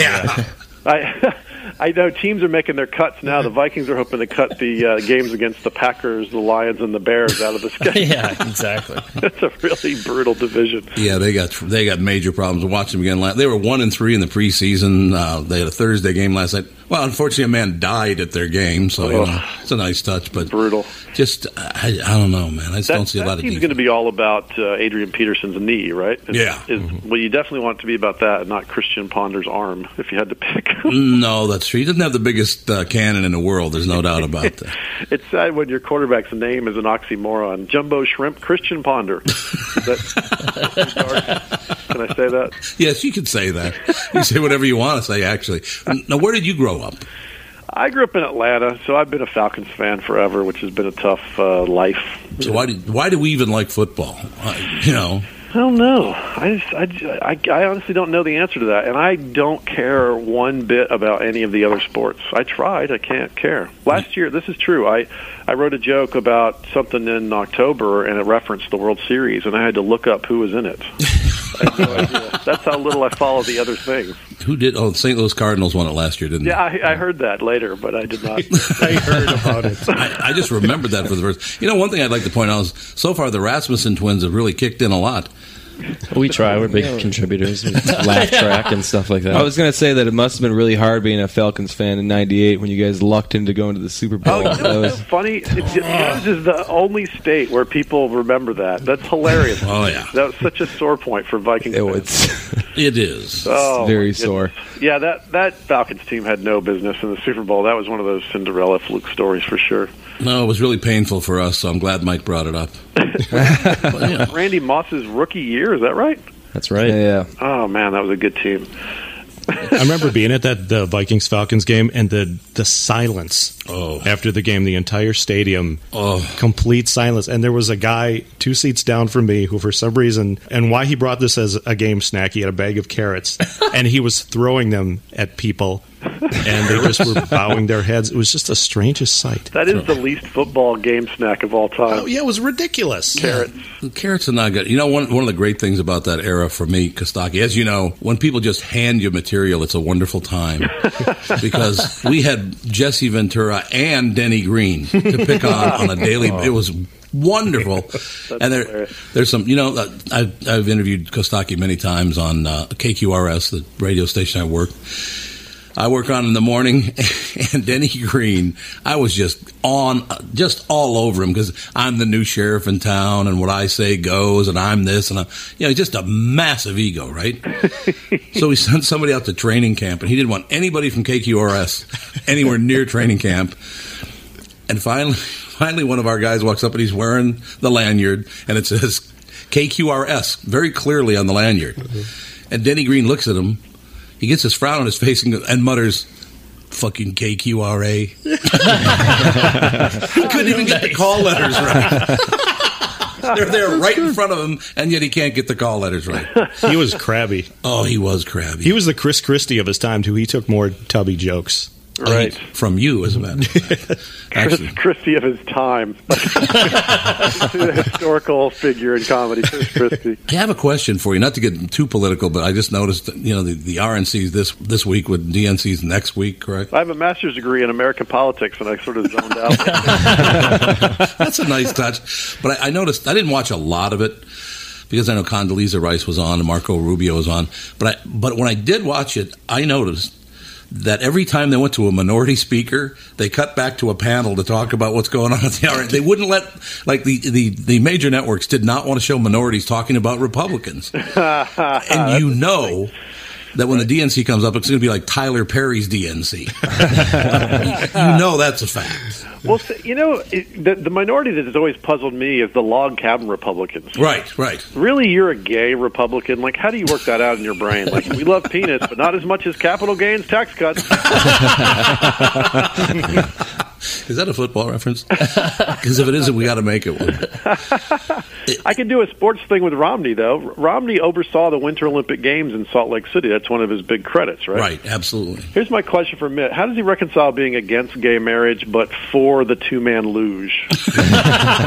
B: Yeah.
P: I I know teams are making their cuts now. The Vikings are hoping to cut the uh, games against the Packers, the Lions, and the Bears out of the schedule.
S: yeah, exactly.
P: it's a really brutal division.
B: Yeah, they got they got major problems. Watch them again. Last, they were one and three in the preseason. Uh, they had a Thursday game last night. Well, unfortunately, a man died at their game, so you
P: Ugh.
B: know, it's a nice touch, but
P: brutal.
B: Just I, I don't know, man. I just don't see a lot of
P: He's
B: defense.
P: going to be all about uh, Adrian Peterson's knee, right? It's-
B: Yeah. Mm-hmm.
P: it's- Well, you definitely want it to be about that, and not Christian Ponder's arm, if you had to pick.
B: no, that's true. He doesn't have the biggest uh, cannon in the world. There's no doubt about that.
P: it's sad when your quarterback's name is an oxymoron. Jumbo Shrimp Christian Ponder. Is that- Can I say that?
B: yes, you could say that. You say whatever you want to say. Actually, now where did you grow up?
P: I grew up in Atlanta, so I've been a Falcons fan forever, which has been a tough uh, life.
B: So why did why do we even like football? I, you know,
P: I don't know. I just, I, ju- I, I honestly don't know the answer to that, and I don't care one bit about any of the other sports. I tried. I can't care. Last year, this is true. I, I wrote a joke about something in October, and it referenced the World Series, and I had to look up who was in it. I had no idea. That's how little I follow the other things.
B: who did? Oh, the St. Louis Cardinals won it last year, didn't
P: Yeah, I, I heard that later, but I did not.
B: I, I just remembered that for the first. You know, one thing I'd like to point out is so far the Rasmussen twins have really kicked in a lot.
L: We try. We're big contributors, we laugh track and stuff like that. I was gonna say that it must have been really hard being a Falcons fan in '98 when you guys lucked into going to the Super
P: Oh,
B: Oh,
L: Bowl. That was-
P: funny. It just, this is the only state where people remember that. That's hilarious.
B: Oh yeah,
P: that was such a sore point for Vikings. It
B: It is.
P: Oh,
L: very
P: my
L: sore.
P: Yeah, that that Falcons team had no business in the Super Bowl. That was one of those Cinderella fluke stories for sure.
B: No, it was really painful for us. So I'm glad Mike brought it up.
P: Randy Moss's rookie year, is that right?
L: That's right. Yeah.
P: Oh man, that was a good team.
Q: I remember being at that the Vikings Falcons game and the the silence
B: Oh.
Q: after the game, the entire stadium, complete silence. And there was a guy two seats down from me who, for some reason, and why he brought this as a game snack, he had a bag of carrots and he was throwing them at people, and they just were bowing their heads. It was just the strangest sight.
P: That is the least football game snack of all time.
Q: Oh yeah, it was ridiculous.
P: Carrots.
B: The Carrots are not good. You know, one one of the great things about that era for me, Kostaki, as you know, when people just hand you material, it's a wonderful time because we had Jesse Ventura and Denny Green to pick on on a daily. It was wonderful, and there there's some. You know, uh, I've I've interviewed Kostaki many times on uh, KQRS, the radio station I work. I work on in the morning, and Denny Green, I was just on, uh, just all over him because I'm the new sheriff in town, and what I say goes, and I'm this, and I'm, you know, just a massive ego, right? so we sent somebody out to training camp, and he didn't want anybody from KQRS anywhere near training camp. And finally, finally, one of our guys walks up and he's wearing the lanyard, and it says KQRS very clearly on the lanyard. And Denny Green looks at him. He gets his frown on his face and, goes- and mutters, "Fucking KQRA." he couldn't even get the call letters right. They're there right in front of him, and yet he can't get the call letters right.
Q: He was crabby.
B: Oh, he was crabby.
Q: He was the Chris Christie of his time too. He took more tubby jokes.
B: Right. From you, as a matter of fact.
P: Chris, Christie of his time, historical figure in comedy, Chris Christie.
B: I have a question for you, not to get too political, but I just noticed, you know, the, the RNC's this this week with DNC's next week, correct?
P: I have a master's degree in American politics, and I sort of zoned out.
B: That's a nice touch. But I, I noticed I didn't watch a lot of it because I know Condoleezza Rice was on and Marco Rubio was on. But I, but when I did watch it, I noticed that every time they went to a minority speaker, they cut back to a panel to talk about what's going on at the hour. They wouldn't let like the, the, the major networks did not want to show minorities talking about Republicans. and you know that when the DNC comes up, it's going to be like Tyler Perry's DNC. you know that's a fact.
P: well, so, you know, it, the, the minority that has always puzzled me is the log cabin Republicans.
B: Right, right.
P: Really, you're a gay Republican. Like, how do you work that out in your brain? Like, we love penis, but not as much as capital gains tax cuts.
B: Is that a football reference? Because if it isn't, we got to make it one.
P: I could do a sports thing with Romney, though. R- Romney oversaw the Winter Olympic Games in Salt Lake City. That's one of his big credits, right?
B: Right, absolutely.
P: Here's my question for Mitt: How does he reconcile being against gay marriage but for the two-man luge?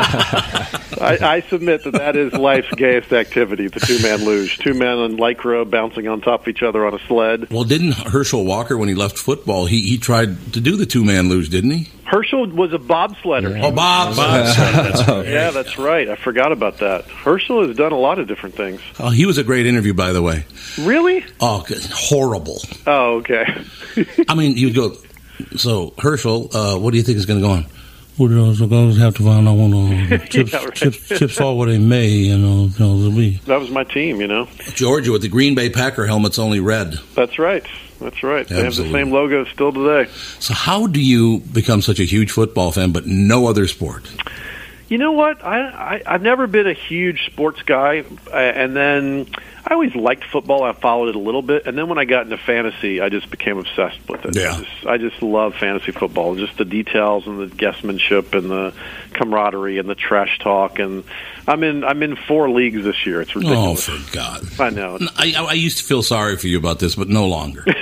P: I, I submit that that is life's gayest activity: the two-man luge. Two men in lycra bouncing on top of each other on a sled.
B: Well, didn't Herschel Walker, when he left football, he, he tried to do the two man luge, didn't he?
P: Herschel was a bobsledder.
B: Oh, Bob, Bob. That's right.
P: yeah, that's right. I forgot about that. Herschel has done a lot of different things.
B: Oh, he was a great interview, by the way.
P: Really?
B: Oh, good- horrible.
P: Oh, okay.
B: I mean, you'd go. So Herschel, uh, what do you think is going to go on? Well, you know, so guys have to find out when uh, chips,
P: right.
B: chips, chips fall where they may. You know, you know, we.
P: That was my team, you know.
B: Georgia with the Green Bay Packer helmets only red.
P: That's right. That's right. They have the
B: Absolutely.
P: same logo still today.
B: So how do you become such a huge football fan, but no other sport?
P: You know what? I, I I've never been a huge sports guy, uh, and then I always liked football. I followed it a little bit, and then when I got into fantasy, I just became obsessed with it.
B: Yeah.
P: I just, I just love fantasy football. Just the details and the guessmanship and the camaraderie and the trash talk. And I'm in I'm in four leagues this year. It's
B: Oh,
P: ridiculous.
B: for God!
P: I know.
B: I, I I used to feel sorry for you about this, but no longer.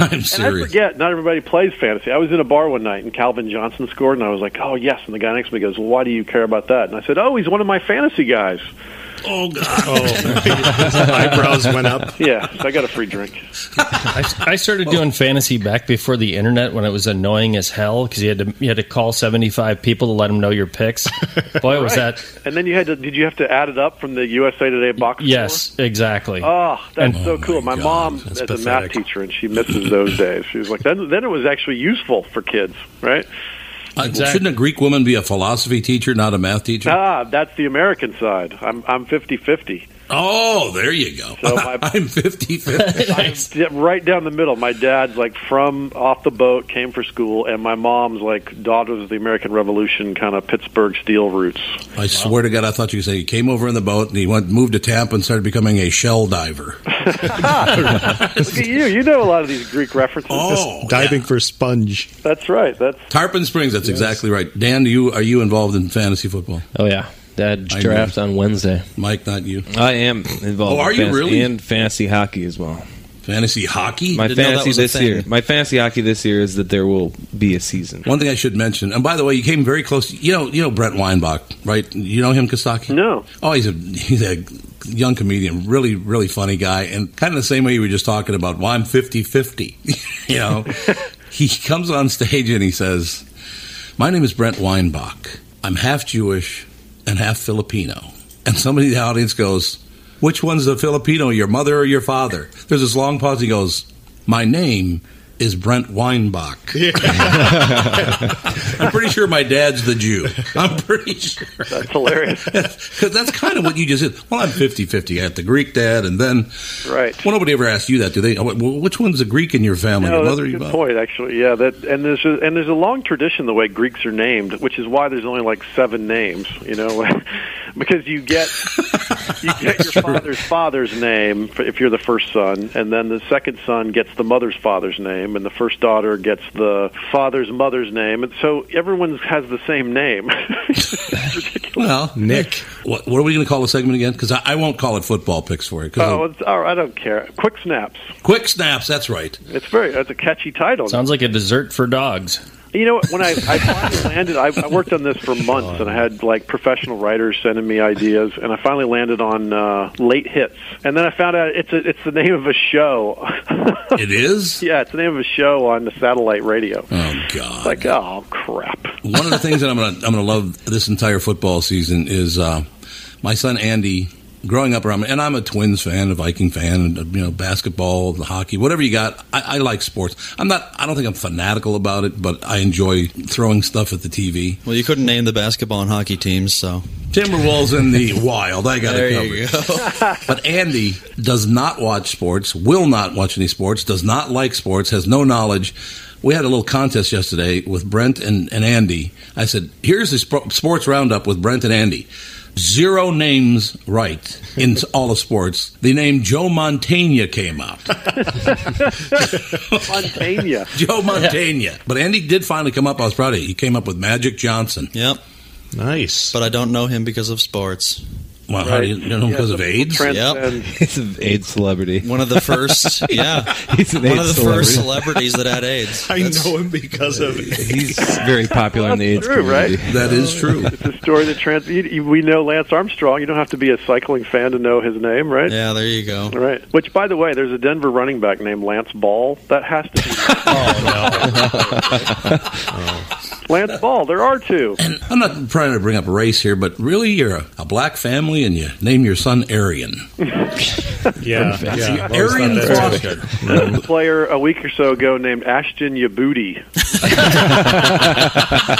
B: I'm
P: And I
B: serious.
P: forget, not everybody plays fantasy. I was in a bar one night and Calvin Johnson scored, and I was like, oh, yes. And the guy next to me goes, well, why do you care about that? And I said, oh, he's one of my fantasy guys.
B: Oh, God.
Q: eyebrows went up.
P: Yeah, so I got a free drink.
S: I, I started doing fantasy back before the internet when it was annoying as hell because you had to you had to call seventy five people to let them know your picks. Boy, was
P: Right.
S: that
P: And then you had to, did you have to add it up from the USA Today box?
S: yes, exactly.
P: Oh, that's
S: And-
P: so cool. My mom is a math
S: pathetic.
P: teacher, and she misses those days. She was like, then, then it was actually useful for kids, right?
B: I-
P: Exactly.
B: Uh, Shouldn't a Greek woman be a philosophy teacher, not a math teacher?
P: Ah, that's the American side. I'm I'm 50-50.
B: Oh, there you go.
P: So my,
B: I'm 50-50.
P: I'm right down the middle. My dad's like from off the boat, came for school, and my mom's like daughters of the American Revolution, kind of Pittsburgh steel roots.
B: I swear to God, I thought you could say he came over in the boat and he went moved to Tampa and started becoming a shell diver.
P: Look at you. You know a lot of these Greek references.
B: Oh,
Q: diving for sponge.
P: That's right. That's
B: Tarpon Springs. That's exactly right. Dan, do you are you involved in fantasy football?
L: Oh yeah, that
B: I
L: draft on Wednesday.
B: Mike, not you.
L: I am involved.
B: Oh, are
L: in
B: you
L: fantasy-
B: really?
L: And fantasy hockey as well.
B: Fantasy hockey.
L: My
B: Didn't know that
L: fantasy
B: was a
L: this
B: thing.
L: year. My fantasy hockey this year is that there will be a season.
B: One thing I should mention, and by the way, you came very close. you know, you know Brent Weinbach, right? You know him, Kostaki?
P: No.
B: Oh, he's a he's a young comedian, really, really funny guy, and kind of the same way you were just talking about. Well, I'm 50-50. you know, he comes on stage and he says, "My name is Brent Weinbach. I'm half Jewish and half Filipino." And somebody in the audience goes, "Which one's the Filipino? Your mother or your father?" There's this long pause. He goes, My name is Brent Weinbach. I'm pretty sure my dad's the Jew. I'm pretty sure. That's
P: hilarious.
B: Because that's kind of what you just did. Well, I'm 50 50. I have the Greek dad, and then.
P: Right.
B: Well, nobody ever asked you that, do they? Oh, well, Which one's the Greek in your family?
P: No,
B: your
P: that's
B: mother?
P: a
B: or your
P: good
B: father?
P: point, actually. Yeah, that and there's a, and there's a long tradition the way Greeks are named, which is why there's only like seven names, you know, because you get you get your father's father's name f- if you're the first son, and then the second son gets the mother's father's name, and the first daughter gets the father's mother's name, and so everyone has the same name.
B: Well, Nick. What, what are we going to call the segment again? Because I, I won't call it football picks for you. 'cause
P: oh, it's, all right, I don't care. Quick snaps.
B: Quick snaps. That's right.
P: It's very. It's a catchy title.
S: Sounds like a dessert for dogs.
P: You know, what, when I, I finally landed, I, I worked on this for months, and I had like professional writers sending me ideas, and I finally landed on uh, late hits, and then I found out it's a, it's the name of a show.
B: it is.
P: Yeah, it's the name of a show on the satellite radio.
B: Oh God!
P: Like oh crap.
B: one of the things that I'm gonna I'm gonna love this entire football season is uh, my son Andy. Growing up around, and I'm a Twins fan, a Viking fan, and, you know, basketball, the hockey, whatever you got. I, I like sports. I'm not. I don't think I'm fanatical about it, but I enjoy throwing stuff at the TV.
R: Well, you couldn't name the basketball and hockey teams, so.
B: Timberwolves in the wild. I got
R: There
B: it covered.
R: you
B: but Andy does not watch sports, will not watch any sports, does not like sports, has no knowledge. We had a little contest yesterday with Brent and, and Andy. I said, here's the sp- sports roundup with Brent and Andy. Zero names right in all of sports. The name Joe Montaigne came out.
P: Montaigne.
B: Joe Montaigne. But Andy did finally come up. I was proud of you. He came up with Magic Johnson.
R: Yep.
B: Nice.
R: But I don't know him because of sports.
B: Well, how do you know him because of AIDS?
R: Yep.
L: He's an AIDS celebrity.
R: One of the first, yeah.
L: He's an
R: One
L: AIDS
R: of the
L: celebrity.
R: first celebrities that had AIDS.
A: I
R: That's-
A: know
P: Oh,
A: him because of
L: He's very popular in the AIDS
P: true, right?
L: community.
B: That is true.
P: It's a story that trans. You, you, we know Lance Armstrong. You don't have to be a cycling fan to know his name, right?
R: Yeah, there you go.
P: Right. Which, by the way, there's a Denver running back named Lance Ball. That has to be. Lance Ball. There are two.
B: And I'm not trying to bring up race here, but really, you're a, a black family, and you name your son Arian.
P: Yeah,
B: yeah. Arian Foster.
P: There was a player a week or so ago named Ashton Yabuti.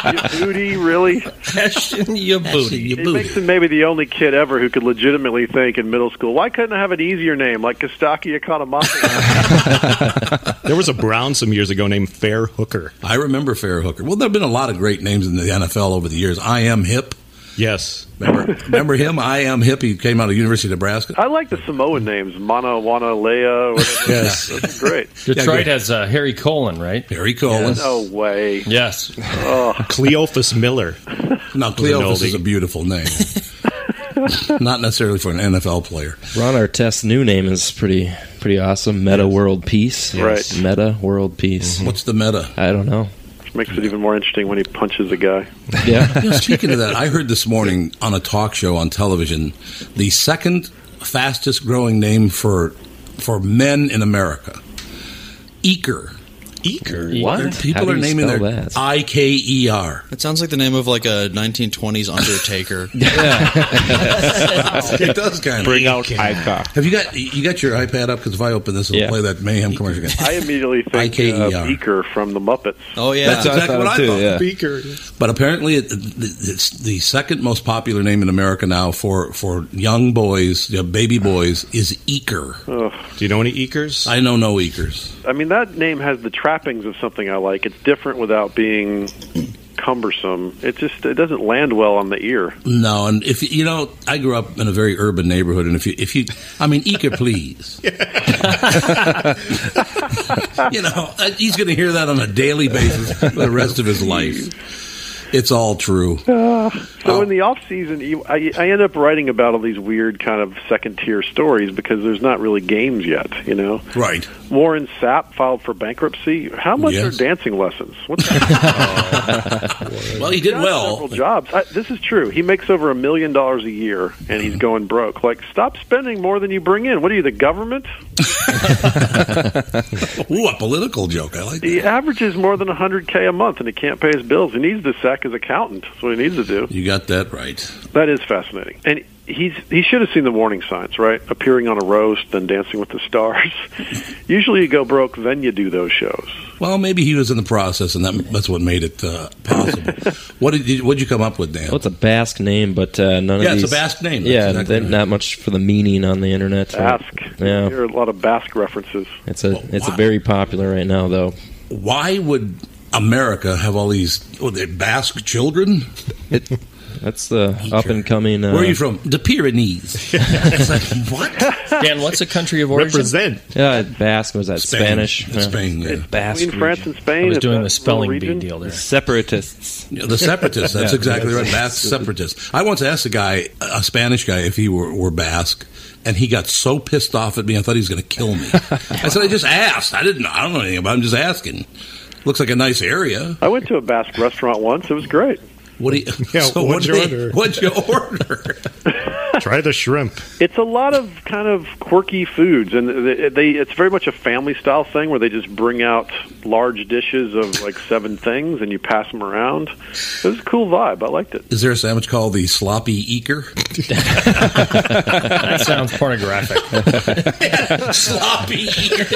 P: Yabuti, really?
S: Ashton Yabuti.
P: It makes him maybe the only kid ever who could legitimately think in middle school, why couldn't I have an easier name like Kostaki Economaki?
Q: there was a Brown some years ago named Fair Hooker.
B: I remember Fair Hooker. Well, there have been a lot of great names in the NFL over the years. I am hip.
Q: Yes.
B: Remember, remember him? I am hip. He came out of University of Nebraska.
P: I like the Samoan names, Mana, Wana, Lea, whatever.
B: Yes.
P: Those are great.
S: Detroit has uh, Harry Colin, right?
B: Harry Colin.
P: No way.
S: Yes.
P: Oh.
Q: Cleophas Miller.
B: Now,
Q: Was an
B: Cleophas
Q: oldie.
B: is a beautiful name. Not necessarily for an NFL player.
L: Ron Artest's new name is pretty pretty awesome. Meta World Peace.
P: Yes. Right.
L: Meta World Peace.
B: Mhm. What's the meta?
L: I don't know.
P: Which makes it even more interesting when he punches a guy.
L: Yeah.
B: You know, speaking of that, I heard this morning on a talk show on television the second fastest growing name for for men in America. Eker. Eker.
R: What? How
B: People
R: do
B: are
R: you
B: naming
R: spell
B: their
R: that?
B: I K E R.
R: It sounds like the name of like a 1920s Undertaker.
B: it does kind of
R: Bring
B: out iPod. Have you got you got your iPad up? Because if I open this, it'll play that mayhem commercial again.
P: I immediately think of
B: IKER.
P: Beaker from the Muppets.
R: Oh yeah,
B: That's exactly what I thought.
A: Beaker.
B: But apparently, it, it's the second most popular name in America now for, for young boys, you know, baby boys, is Eker.
Q: Do you know any Ekers?
B: I know no Ekers.
P: I mean, that name has the trappings of something I like. It's different without being cumbersome. It just it doesn't land well on the ear.
B: No, and if you know, I grew up in a very urban neighborhood, and if you, if you, I mean, Eker, please. you know, uh, he's going to hear that on a daily basis for the rest of his life. It's all true.
P: Uh,
B: Oh.
P: so in the off season, you, I, I end up writing about all these weird kind of second tier stories because there's not really games yet. You know,
B: Right.
P: Warren Sapp filed for bankruptcy. How much
B: Yes. Oh,
P: are dancing lessons? What the
B: well, he did
P: got
B: well.
P: Several jobs. I, this is true. He makes over a million dollars a year, and
B: Mm-hmm.
P: he's going broke. Like, stop spending more than you bring in. What are you, the government?
B: Ooh, a political joke. I like.
P: He averages more than 100k a month, and he can't pay his bills. He needs the back as accountant. That's what he needs to do.
B: You got that right.
P: That is fascinating. And he's he should have seen the warning signs, right? Appearing on a roast and Dancing with the Stars. Usually you go broke, then you do those shows.
B: Well, maybe he was in the process, and that, that's what made it uh, possible. what did you, what'd you come up with, Dan?
R: Well, it's a Basque name, but uh, none
B: Yeah,
R: of
B: it's
R: these.
B: a Basque name. That's
R: Yeah,
B: exactly
R: there-
B: right.
R: not much for the meaning on the internet.
P: Basque.
R: Yeah,
P: There are a lot of Basque references.
R: it's a it's a very popular right now though.
B: Why would America have all these oh, they Basque children?
R: It, that's the up and coming. Uh,
B: Where are you from? The Pyrenees. It's like, what?
S: Dan, what's a country of origin?
B: Represent.
R: Yeah, Basque was that
B: Spain.
R: Spanish?
B: It's Spain, yeah.
R: Basque.
P: Between France and Spain,
R: I was
P: it's
R: doing
P: that
R: the spelling
P: little
R: bee
P: region?
R: deal there. Separatists.
B: Yeah, the separatists. That's exactly right. Basque separatists. I once asked a guy, a Spanish guy, if he were, were Basque, and he got so pissed off at me, I thought he was going to kill me. I said, I just asked. I didn't. I don't know anything about. It. I'm just asking. Looks like a nice area.
P: I went to a Basque restaurant once. It was great.
B: What do you? so
Q: what'd you
B: did-
Q: order?
B: What'd you order?
Q: Try the shrimp.
P: It's a lot of kind of quirky foods, and they, they it's very much a family style thing where they just bring out large dishes of like seven things and you pass them around. It was a cool vibe. I liked it.
B: Is there a sandwich called the sloppy eaker?
S: that sounds pornographic.
B: sloppy eaker.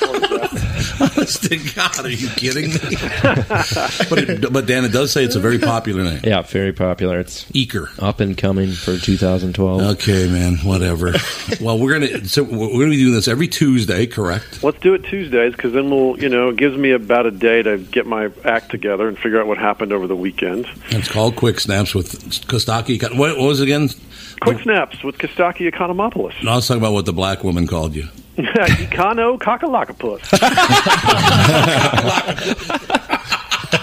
B: Oh God! Honest to God, are you kidding me? but it, but Dan, it does say it's a very popular name.
R: Yeah, very popular. It's
B: Eaker.
R: Up and coming for 2012.
B: Okay, man. Whatever. well, we're gonna so we're gonna be doing this every Tuesday, correct?
P: Let's do it Tuesdays because then we'll, you know, it gives me about a day to get my act together and figure out what happened over the weekend.
B: It's called Quick Snaps with Kostaki. What, what was it again?
P: Quick snaps with Kostaki Economopoulos.
B: No, I was talking about what the black woman called you.
P: Econo Cockalockapus.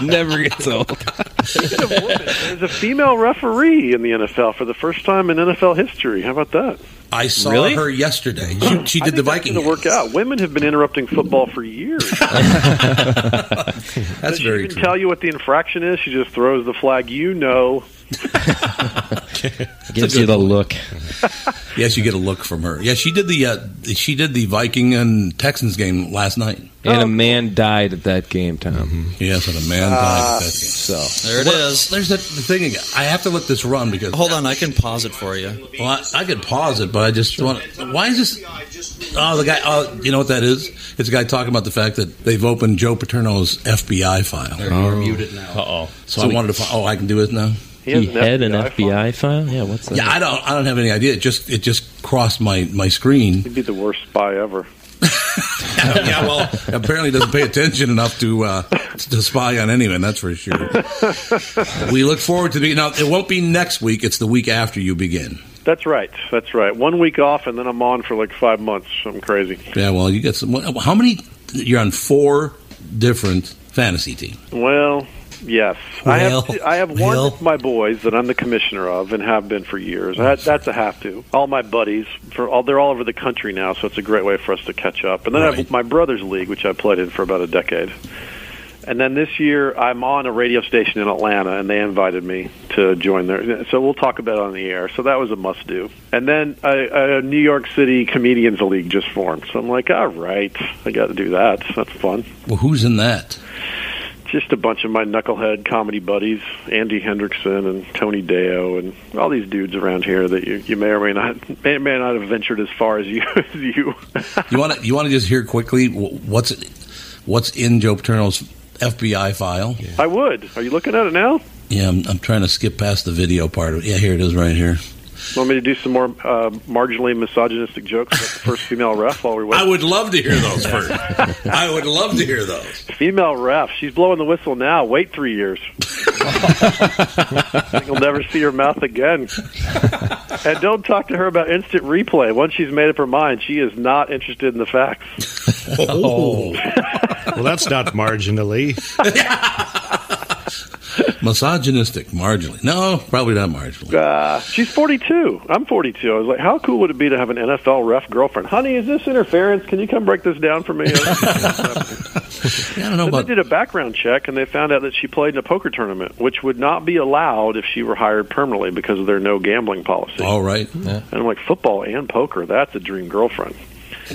R: Never gets old.
P: There's a female referee in the NFL for the first time in NFL history. How about that?
B: I saw
P: Really?
B: her yesterday. She, she did the Viking.
P: To work out, women have been interrupting football for years.
B: That's
P: she
B: very
P: even
B: true.
P: tell you what the infraction is. She just throws the flag. You know.
B: That's
R: Gives
B: a
R: you
B: good
R: the look.
B: Yes, you get a look from her. Yeah, she did the uh, she did the Viking and Texans game last night.
R: And a man died at that game, Tom.
B: Yes, and a man died at that game.
R: Oh, ah, So
B: There it is. There's that the thing again. I have to let this run because hold on, I can pause it for you. Well, I, I could pause it, but I just want. Why is this? Oh, the guy. Oh, you know what that is? It's a guy talking about the fact that they've opened Joe Paterno's FBI file.
U: They're- they're Oh. muted now.
R: Uh-oh.
B: So, I wanted to. fi- Oh, I can do it now.
R: he had an FBI file. Yeah, what's that?
B: Yeah, I don't. I don't have any idea. It just it just crossed my my screen. He'd
P: be the worst spy ever.
B: yeah, well, apparently doesn't pay attention enough to uh, to spy on anyone. That's for sure. we look forward to being. Now it won't be next week. It's the week after you begin.
P: That's right. That's right. One week off, and then I'm on for like five months. I'm crazy.
B: Yeah, well, you get some. How many? You're on four different fantasy teams.
P: Well, yes. I have.
B: Well,
P: I have one
B: well.
P: of my boys that I'm the commissioner of, and have been for years. That, that's a have to. All my buddies for all they're all over the country now, so it's a great way for us to catch up. And then I have my brother's league, which I played in for about a decade. And then this year, I'm on a radio station in Atlanta, and they invited me to join their. So we'll talk about it on the air. So that was a must do. And then a, a New York City Comedians League just formed. So I'm like, all right, I got to do that. That's fun.
B: Well, who's in that?
P: Just a bunch of my knucklehead comedy buddies, Andy Hendrickson and Tony Deo, and all these dudes around here that you, you may or may not may or may not have ventured as far as you as you.
B: You want to you want to just hear quickly wh- what's what's in Joe Paterno's FBI file? Yeah,
P: I would. Are you looking at it now?
B: I'm, I'm trying to skip past the video part of it. Yeah, here it is, right here.
P: Want me to do some more uh, marginally misogynistic jokes about the first female ref while we wait?
B: I would love to hear those first. I would love to hear those.
P: Female ref. She's blowing the whistle now. Wait three years. You'll never see her mouth again. and don't talk to her about instant replay. Once she's made up her mind, she is not interested in the facts.
Q: Oh. well, that's not marginally.
B: Misogynistic, marginally. No, probably not marginally.
P: Uh, she's 42. I'm 42. I was like, how cool would it be to have an NFL ref girlfriend? Honey, is this interference? Can you come break this down for me?
B: I don't know
P: They did a background check and they found out that she played in a poker tournament, which would not be allowed if she were hired permanently because of their no gambling policy.
B: All right.
P: And I'm like, football and poker, that's a dream girlfriend.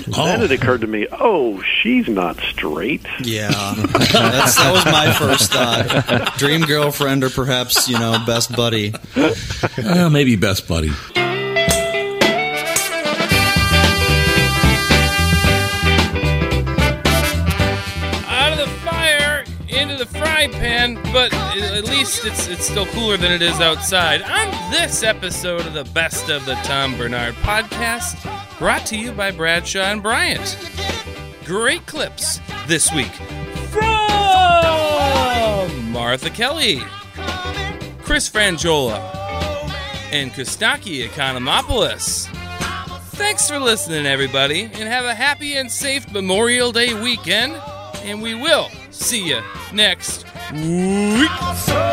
P: Then it occurred to me, oh, she's not straight.
V: Yeah, That's, that was my first thought. Dream girlfriend, or perhaps you know, best buddy.
R: Uh, maybe best buddy.
D: out of the fire into the fry pan, but at least it's it's still cooler than it is outside. On this episode of the Best of the Tom Bernard podcast, brought to you by Bradshaw and Bryant. Great clips this week from Martha Kelly, Chris Frangiola, and Kostaki Economopoulos. Thanks for listening, everybody, and have a happy and safe Memorial Day weekend. And we will see you next week.